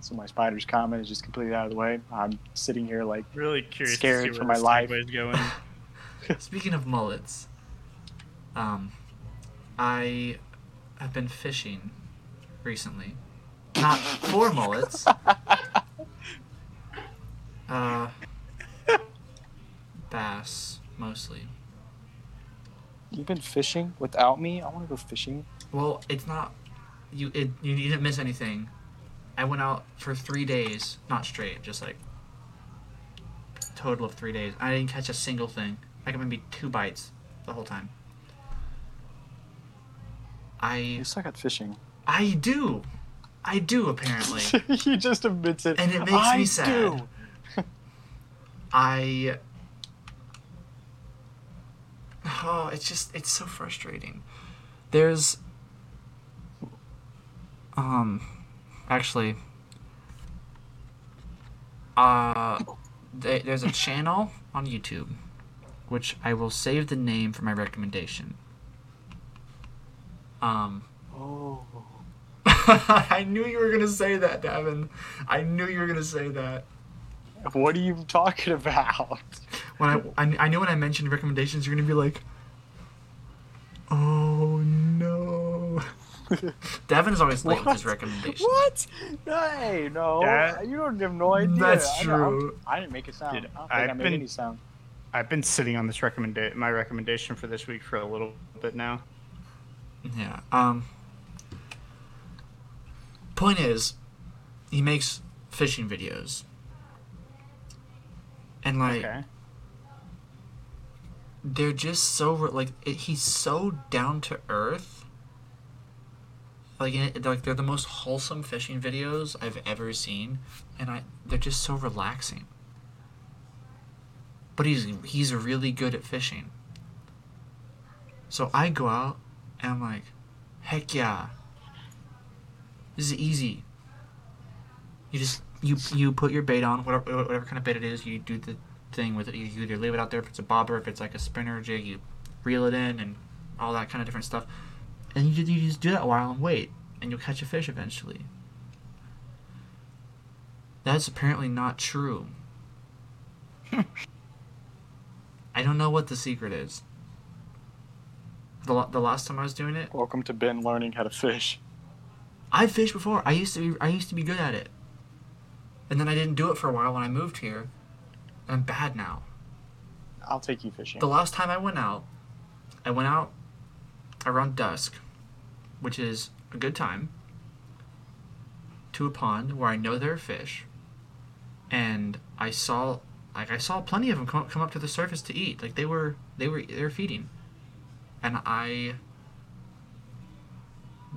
[SPEAKER 5] So my spider's comment is just completely out of the way. I'm sitting here like,
[SPEAKER 1] really curious.
[SPEAKER 5] Scared
[SPEAKER 1] to see
[SPEAKER 5] for
[SPEAKER 1] where
[SPEAKER 5] my
[SPEAKER 1] this
[SPEAKER 5] life.
[SPEAKER 1] segue's Going.
[SPEAKER 2] speaking of mullets, um, I have been fishing recently. Not for mullets. Uh, bass, mostly.
[SPEAKER 5] "You've been fishing without me. I want to go fishing."
[SPEAKER 2] Well, it's not. You it, you didn't miss anything. I went out for three days, not straight, just like total of three days. I didn't catch a single thing. I got maybe two bites the whole time. I
[SPEAKER 5] You suck at fishing.
[SPEAKER 2] I do, I do apparently.
[SPEAKER 5] he just admits it.
[SPEAKER 2] And it makes me
[SPEAKER 5] I
[SPEAKER 2] sad.
[SPEAKER 5] Do.
[SPEAKER 2] I. Oh, it's just it's so frustrating. There's. Um, actually. Uh, th- there's a channel on YouTube, which I will save the name for my recommendation. Um,
[SPEAKER 3] Oh.
[SPEAKER 2] I knew you were gonna say that, Davin. I knew you were gonna say that.
[SPEAKER 3] What are you talking
[SPEAKER 2] Um,
[SPEAKER 3] about?
[SPEAKER 2] When I, I, I knew when I mentioned recommendations, you're gonna be like, "Oh no." Davin is always late with his recommendations.
[SPEAKER 3] What? Hey, no.
[SPEAKER 1] Yeah.
[SPEAKER 3] You don't have no idea.
[SPEAKER 2] That's
[SPEAKER 3] I don't-
[SPEAKER 2] true.
[SPEAKER 3] I didn't make a sound.
[SPEAKER 1] Dude,
[SPEAKER 3] I don't think
[SPEAKER 1] I've
[SPEAKER 3] I made
[SPEAKER 1] been-
[SPEAKER 3] any sound.
[SPEAKER 1] I've been sitting on this recommenda- my recommendation for this week for a little bit now.
[SPEAKER 2] Yeah. Um. Point is, he makes fishing videos, and like
[SPEAKER 1] Okay.
[SPEAKER 2] they're just so re- like it, he's so down to earth. Like it, like they're the most wholesome fishing videos I've ever seen, and I they're just so relaxing. But he's he's really good at fishing. So I go out and I'm like, heck yeah. This is easy. You just you you put your bait on whatever whatever kind of bait it is. You do the thing with it. You you either leave it out there if it's a bobber, if it's like a spinner jig, you reel it in and all that kind of different stuff. And you, ju- you just do that a while and wait, and you'll catch a fish eventually. That's apparently not true. I don't know what the secret is. The, la- the last time I was doing it,
[SPEAKER 3] Welcome to Ben learning how to fish.
[SPEAKER 2] I've fished before. I used to be I used to be good at it. And then I didn't do it for a while when I moved here. And I'm bad now.
[SPEAKER 3] I'll take you fishing.
[SPEAKER 2] The last time I went out, I went out around dusk, which is a good time, to a pond where I know there are fish, and I saw like I saw plenty of them come, come up to the surface to eat. Like they were they were they were feeding, and I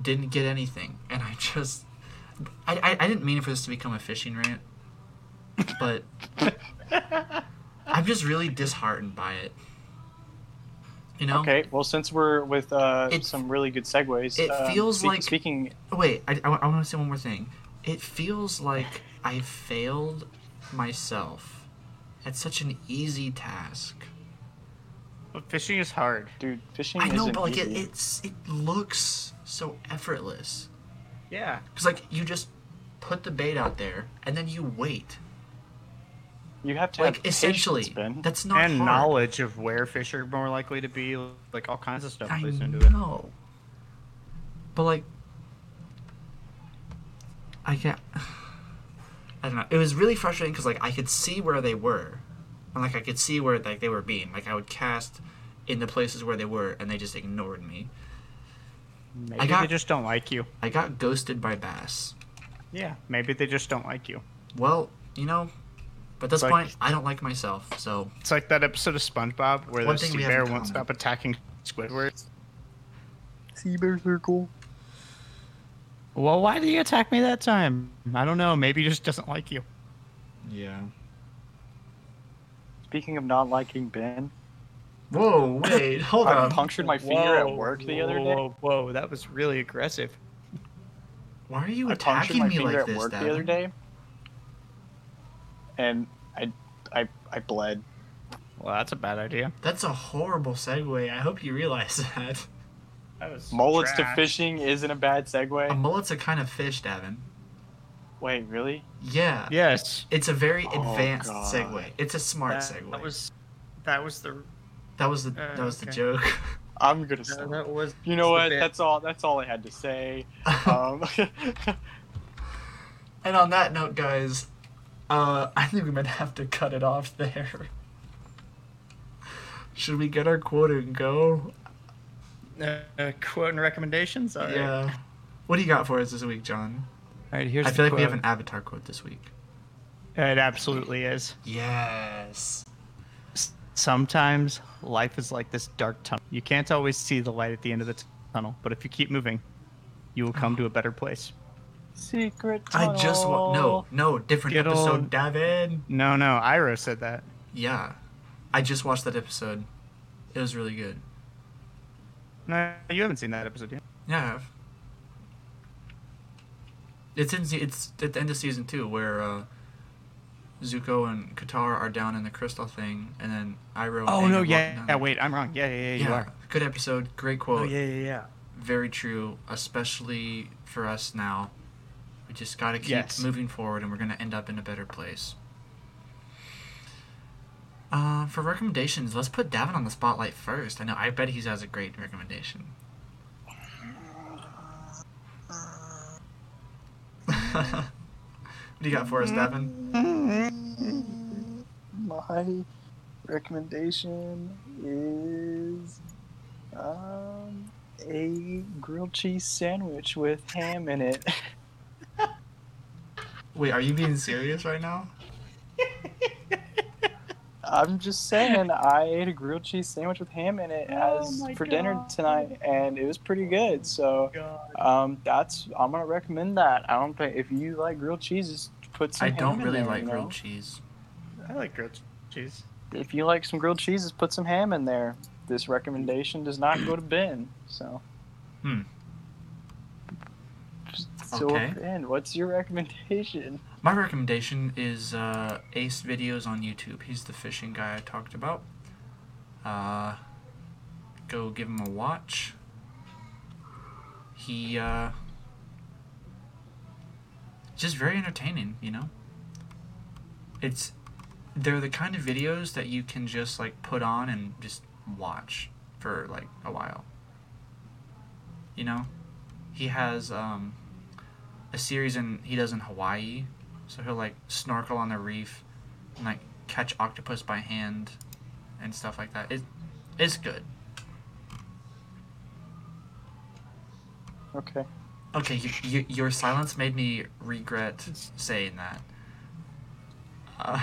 [SPEAKER 2] didn't get anything. And I just I I, I didn't mean for this to become a fishing rant, but. I'm just really disheartened by it. You know?
[SPEAKER 3] Okay, well, since we're with uh,
[SPEAKER 2] It-
[SPEAKER 3] some really good segues,
[SPEAKER 2] it
[SPEAKER 3] um,
[SPEAKER 2] feels
[SPEAKER 3] speak-
[SPEAKER 2] like-
[SPEAKER 3] speaking.
[SPEAKER 2] Wait, I, want to say one more thing. It feels like I failed myself at such an easy task.
[SPEAKER 1] But fishing is hard.
[SPEAKER 3] Dude, fishing
[SPEAKER 2] I know,
[SPEAKER 3] isn't
[SPEAKER 2] but like it,
[SPEAKER 3] easy.
[SPEAKER 2] it's it looks so effortless.
[SPEAKER 1] Yeah.
[SPEAKER 2] Cause like you just put the bait out there and then you wait.
[SPEAKER 3] you have to
[SPEAKER 2] Like
[SPEAKER 3] have
[SPEAKER 2] essentially,
[SPEAKER 3] patience, ben.
[SPEAKER 2] that's not
[SPEAKER 1] and
[SPEAKER 2] hard.
[SPEAKER 1] knowledge of where fish are more likely to be, like all kinds of stuff
[SPEAKER 2] I
[SPEAKER 1] plays into it.
[SPEAKER 2] know. But like, I can't. I don't know. It was really frustrating because like I could see where they were, and like I could see where like they were being. Like I would cast in the places where they were, and they just ignored me.
[SPEAKER 1] Maybe
[SPEAKER 2] got-
[SPEAKER 1] they just don't like you.
[SPEAKER 2] I got ghosted by bass.
[SPEAKER 1] Yeah. Maybe they just don't like you.
[SPEAKER 2] Well, you know, but at this
[SPEAKER 1] Like-
[SPEAKER 2] point, I don't like myself. So
[SPEAKER 1] It's like that episode of SpongeBob where
[SPEAKER 2] One
[SPEAKER 1] the
[SPEAKER 2] thing
[SPEAKER 1] sea
[SPEAKER 2] we have
[SPEAKER 1] bear
[SPEAKER 2] in
[SPEAKER 1] won't
[SPEAKER 2] common.
[SPEAKER 1] stop attacking Squidward.
[SPEAKER 5] Sea bears are cool.
[SPEAKER 1] Well, why did you attack me that time? I don't know. Maybe he just doesn't like you.
[SPEAKER 2] yeah.
[SPEAKER 3] Speaking of not liking Ben,
[SPEAKER 2] Whoa! Wait! Hold
[SPEAKER 3] I
[SPEAKER 2] on.
[SPEAKER 3] punctured my finger at work the other day.
[SPEAKER 1] Whoa, whoa, that was really aggressive.
[SPEAKER 2] Why are you
[SPEAKER 3] I punctured
[SPEAKER 2] attacking
[SPEAKER 3] my
[SPEAKER 2] me
[SPEAKER 3] finger
[SPEAKER 2] like
[SPEAKER 3] at
[SPEAKER 2] this,
[SPEAKER 3] work the other
[SPEAKER 2] Davin?
[SPEAKER 3] day, and I, I, I bled.
[SPEAKER 1] Well, that's a bad idea.
[SPEAKER 2] That's a horrible segue. I hope you realize that.
[SPEAKER 1] That was
[SPEAKER 3] Mullets to
[SPEAKER 1] trash.
[SPEAKER 3] fishing isn't a bad
[SPEAKER 2] A
[SPEAKER 3] segue.
[SPEAKER 2] mullet's a kind of fish, Davin.
[SPEAKER 3] Wait, really?
[SPEAKER 2] Yeah.
[SPEAKER 1] Yes.
[SPEAKER 2] It's a very
[SPEAKER 3] Oh,
[SPEAKER 2] advanced
[SPEAKER 3] God.
[SPEAKER 2] segue. It's a smart
[SPEAKER 1] That,
[SPEAKER 2] segue.
[SPEAKER 1] that was that was the
[SPEAKER 2] the
[SPEAKER 1] uh,
[SPEAKER 2] that was the
[SPEAKER 1] okay.
[SPEAKER 2] joke.
[SPEAKER 3] I'm gonna
[SPEAKER 1] that,
[SPEAKER 3] stop.
[SPEAKER 1] that was
[SPEAKER 3] You know
[SPEAKER 1] the
[SPEAKER 3] what?
[SPEAKER 1] bit.
[SPEAKER 3] That's all. That's all I had to say. Um,
[SPEAKER 2] and on that note, guys, uh, I think we might have to cut it off there. Should we get our quota and go?
[SPEAKER 1] uh, uh, quote and recommendations. All right.
[SPEAKER 2] Yeah. What do you got for us this week, John?
[SPEAKER 1] All right. Here's
[SPEAKER 2] I feel
[SPEAKER 1] the
[SPEAKER 2] like we have an
[SPEAKER 1] quote.
[SPEAKER 2] avatar quote this week.
[SPEAKER 1] It absolutely is.
[SPEAKER 2] Yes.
[SPEAKER 1] Sometimes life is like this dark tunnel. You can't always see the light at the end of the t- tunnel, but if you keep moving, you will come to a better place.
[SPEAKER 3] secret.
[SPEAKER 2] I just want no, no different
[SPEAKER 1] Get
[SPEAKER 2] episode,
[SPEAKER 1] on-
[SPEAKER 2] Davin.
[SPEAKER 1] No, no, Iro said that.
[SPEAKER 2] Yeah, I just watched that episode. It was really good.
[SPEAKER 1] No, you haven't seen that episode yet.
[SPEAKER 2] Yeah. I have. It's in se- it's at the end of season two where uh, Zuko and Katara are down in the crystal thing, and then Iroh. and
[SPEAKER 1] Oh
[SPEAKER 2] Aang are
[SPEAKER 1] no,
[SPEAKER 2] walking
[SPEAKER 1] yeah,
[SPEAKER 2] down
[SPEAKER 1] yeah.
[SPEAKER 2] there.
[SPEAKER 1] Wait, I'm wrong. Yeah, yeah, yeah. You
[SPEAKER 2] Oh, yeah.
[SPEAKER 1] are. Oh,
[SPEAKER 2] Good episode. Great quote.
[SPEAKER 1] yeah, yeah.
[SPEAKER 2] very true, especially for us now. We just got to keep
[SPEAKER 1] Yes.
[SPEAKER 2] moving forward, and we're going to end up in a better place. Uh, for recommendations, let's put Davin on the spotlight first. I know. I bet he has a great recommendation. what do you got for us, Davin?
[SPEAKER 5] My recommendation is um, a grilled cheese sandwich with ham in it.
[SPEAKER 2] Wait, are you being serious right now?
[SPEAKER 5] I'm just saying, I ate a grilled cheese sandwich with ham in it as for dinner tonight, and it was pretty good. So, um, that's I'm gonna recommend that. I don't think if you like grilled cheeses, put some.
[SPEAKER 2] I
[SPEAKER 5] ham
[SPEAKER 2] don't
[SPEAKER 5] in
[SPEAKER 2] really
[SPEAKER 5] there,
[SPEAKER 2] like
[SPEAKER 5] you know?
[SPEAKER 2] grilled cheese.
[SPEAKER 1] I like grilled cheese.
[SPEAKER 5] If you like some grilled cheeses, put some ham in there. This recommendation does not go to Ben. So.
[SPEAKER 1] Hmm.
[SPEAKER 5] So
[SPEAKER 2] Okay.
[SPEAKER 5] Ben, what's your recommendation?
[SPEAKER 2] My recommendation is uh, Ace Videos on YouTube. He's the fishing guy I talked about. Uh, go give him a watch. He uh, just very entertaining, you know. It's they're the kind of videos that you can just like put on and just watch for like a while. You know, he has um, a series and he does in Hawaii. So he'll like snorkel on the reef and like catch octopus by hand and stuff like that. It it's good.
[SPEAKER 5] Okay.
[SPEAKER 2] Okay, you, you, your silence made me regret saying that. Uh,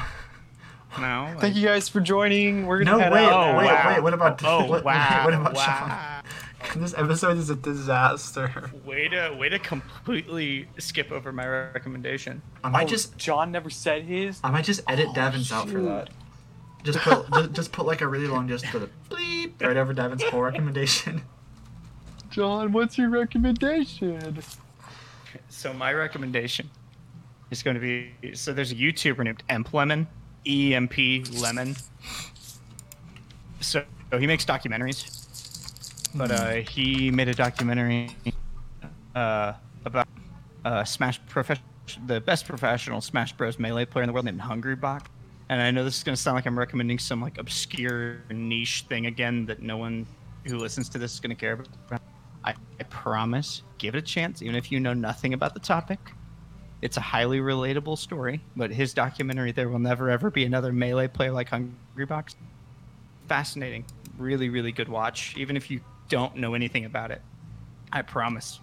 [SPEAKER 1] No.
[SPEAKER 5] Thank you guys for joining. We're
[SPEAKER 2] no,
[SPEAKER 5] gonna
[SPEAKER 2] wait,
[SPEAKER 5] head out.
[SPEAKER 1] Oh,
[SPEAKER 2] wait,
[SPEAKER 1] wow.
[SPEAKER 2] wait. What about
[SPEAKER 1] Oh,
[SPEAKER 2] what,
[SPEAKER 1] wow.
[SPEAKER 2] What about
[SPEAKER 1] wow.
[SPEAKER 2] Sean? This episode is a disaster.
[SPEAKER 1] Way to way to completely skip over my recommendation.
[SPEAKER 2] I might
[SPEAKER 5] Oh,
[SPEAKER 2] just
[SPEAKER 5] John never said his.
[SPEAKER 2] I might just edit
[SPEAKER 5] Oh,
[SPEAKER 2] Davin's out for
[SPEAKER 5] shoot.
[SPEAKER 2] that. Just put just, just put like a really long just for the bleep right over Davin's whole recommendation.
[SPEAKER 5] John, what's your recommendation? Oh,
[SPEAKER 1] So my recommendation is going to be so there's a YouTuber named Emp Lemon, E M P Lemon. So so he makes documentaries, but uh, he made a documentary uh, about uh, Smash profession, the best professional Smash Bros. melee player in the world named Hungry Bach. And I know this is going to sound like I'm recommending some like obscure niche thing again that no one who listens to this is going to care about. I, I promise, give it a chance, even if you know nothing about the topic. It's a highly relatable story, but his documentary, There Will Never Ever Be Another Melee Player Like Hungry Box, fascinating. Really, really good watch, even if you don't know anything about it. I promise.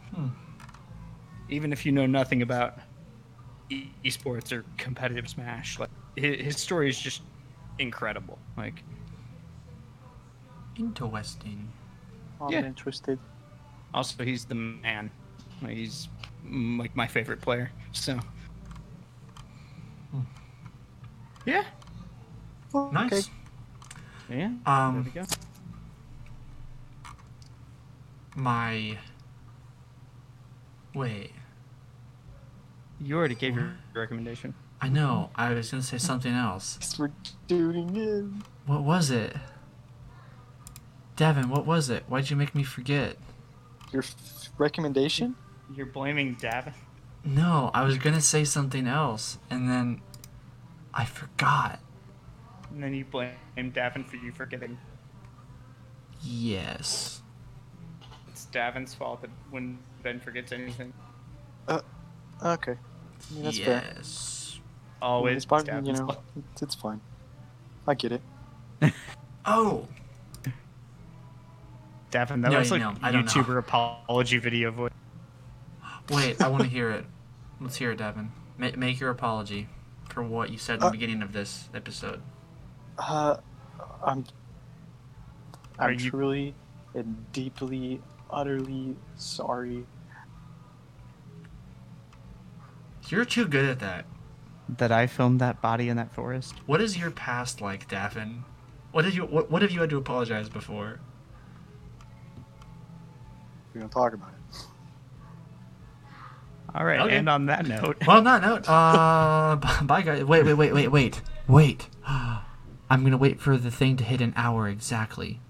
[SPEAKER 1] Even if you know nothing about e- esports or competitive Smash, like his, his story is just incredible. Like,
[SPEAKER 2] Interesting.
[SPEAKER 5] Oh,
[SPEAKER 1] Yeah.
[SPEAKER 5] I'm interested.
[SPEAKER 1] Also, he's the man. He's mm, like my favorite player. So, yeah,
[SPEAKER 2] Nice.
[SPEAKER 5] Okay.
[SPEAKER 1] yeah.
[SPEAKER 2] Um,
[SPEAKER 1] there we go.
[SPEAKER 2] my wait
[SPEAKER 1] You already gave your recommendation.
[SPEAKER 2] i know i was gonna say something else
[SPEAKER 5] Thanks for tuning in.
[SPEAKER 2] what was it devin what was it why'd you make me forget
[SPEAKER 5] Your f- recommendation?
[SPEAKER 1] You're blaming Davin.
[SPEAKER 2] no i was gonna say something else and then i forgot
[SPEAKER 1] And then you blame Davin for you forgetting.
[SPEAKER 2] yes
[SPEAKER 1] It's Davin's fault that when Ben forgets anything,
[SPEAKER 5] Okay. Yeah, that's fair.
[SPEAKER 2] yes
[SPEAKER 1] always
[SPEAKER 5] it's, part, you
[SPEAKER 1] Davin's
[SPEAKER 5] know,
[SPEAKER 1] fault.
[SPEAKER 5] it's, it's fine. I get it.
[SPEAKER 2] oh
[SPEAKER 1] Davin, that
[SPEAKER 2] No,
[SPEAKER 1] was
[SPEAKER 2] you
[SPEAKER 1] like
[SPEAKER 2] know, I don't know.
[SPEAKER 1] YouTuber apology video voice.
[SPEAKER 2] wait i want to hear it let's hear it devin Ma- make your apology for what you said in the
[SPEAKER 5] Uh,
[SPEAKER 2] beginning of this episode
[SPEAKER 5] Uh, I'm.
[SPEAKER 1] Are
[SPEAKER 5] I'm
[SPEAKER 1] you-
[SPEAKER 5] truly and deeply, utterly sorry.
[SPEAKER 2] you're too good at that
[SPEAKER 4] That I filmed that body in that forest.
[SPEAKER 2] What is your past like, Daffin? What did you what, what have you had to apologize before?
[SPEAKER 5] We're gonna talk about it.
[SPEAKER 1] All right,
[SPEAKER 2] Okay.
[SPEAKER 1] and on that note,
[SPEAKER 2] Well, not no. Uh, b- bye guys. Wait, wait, wait, wait, wait, wait. I'm gonna wait for the thing to hit an hour exactly.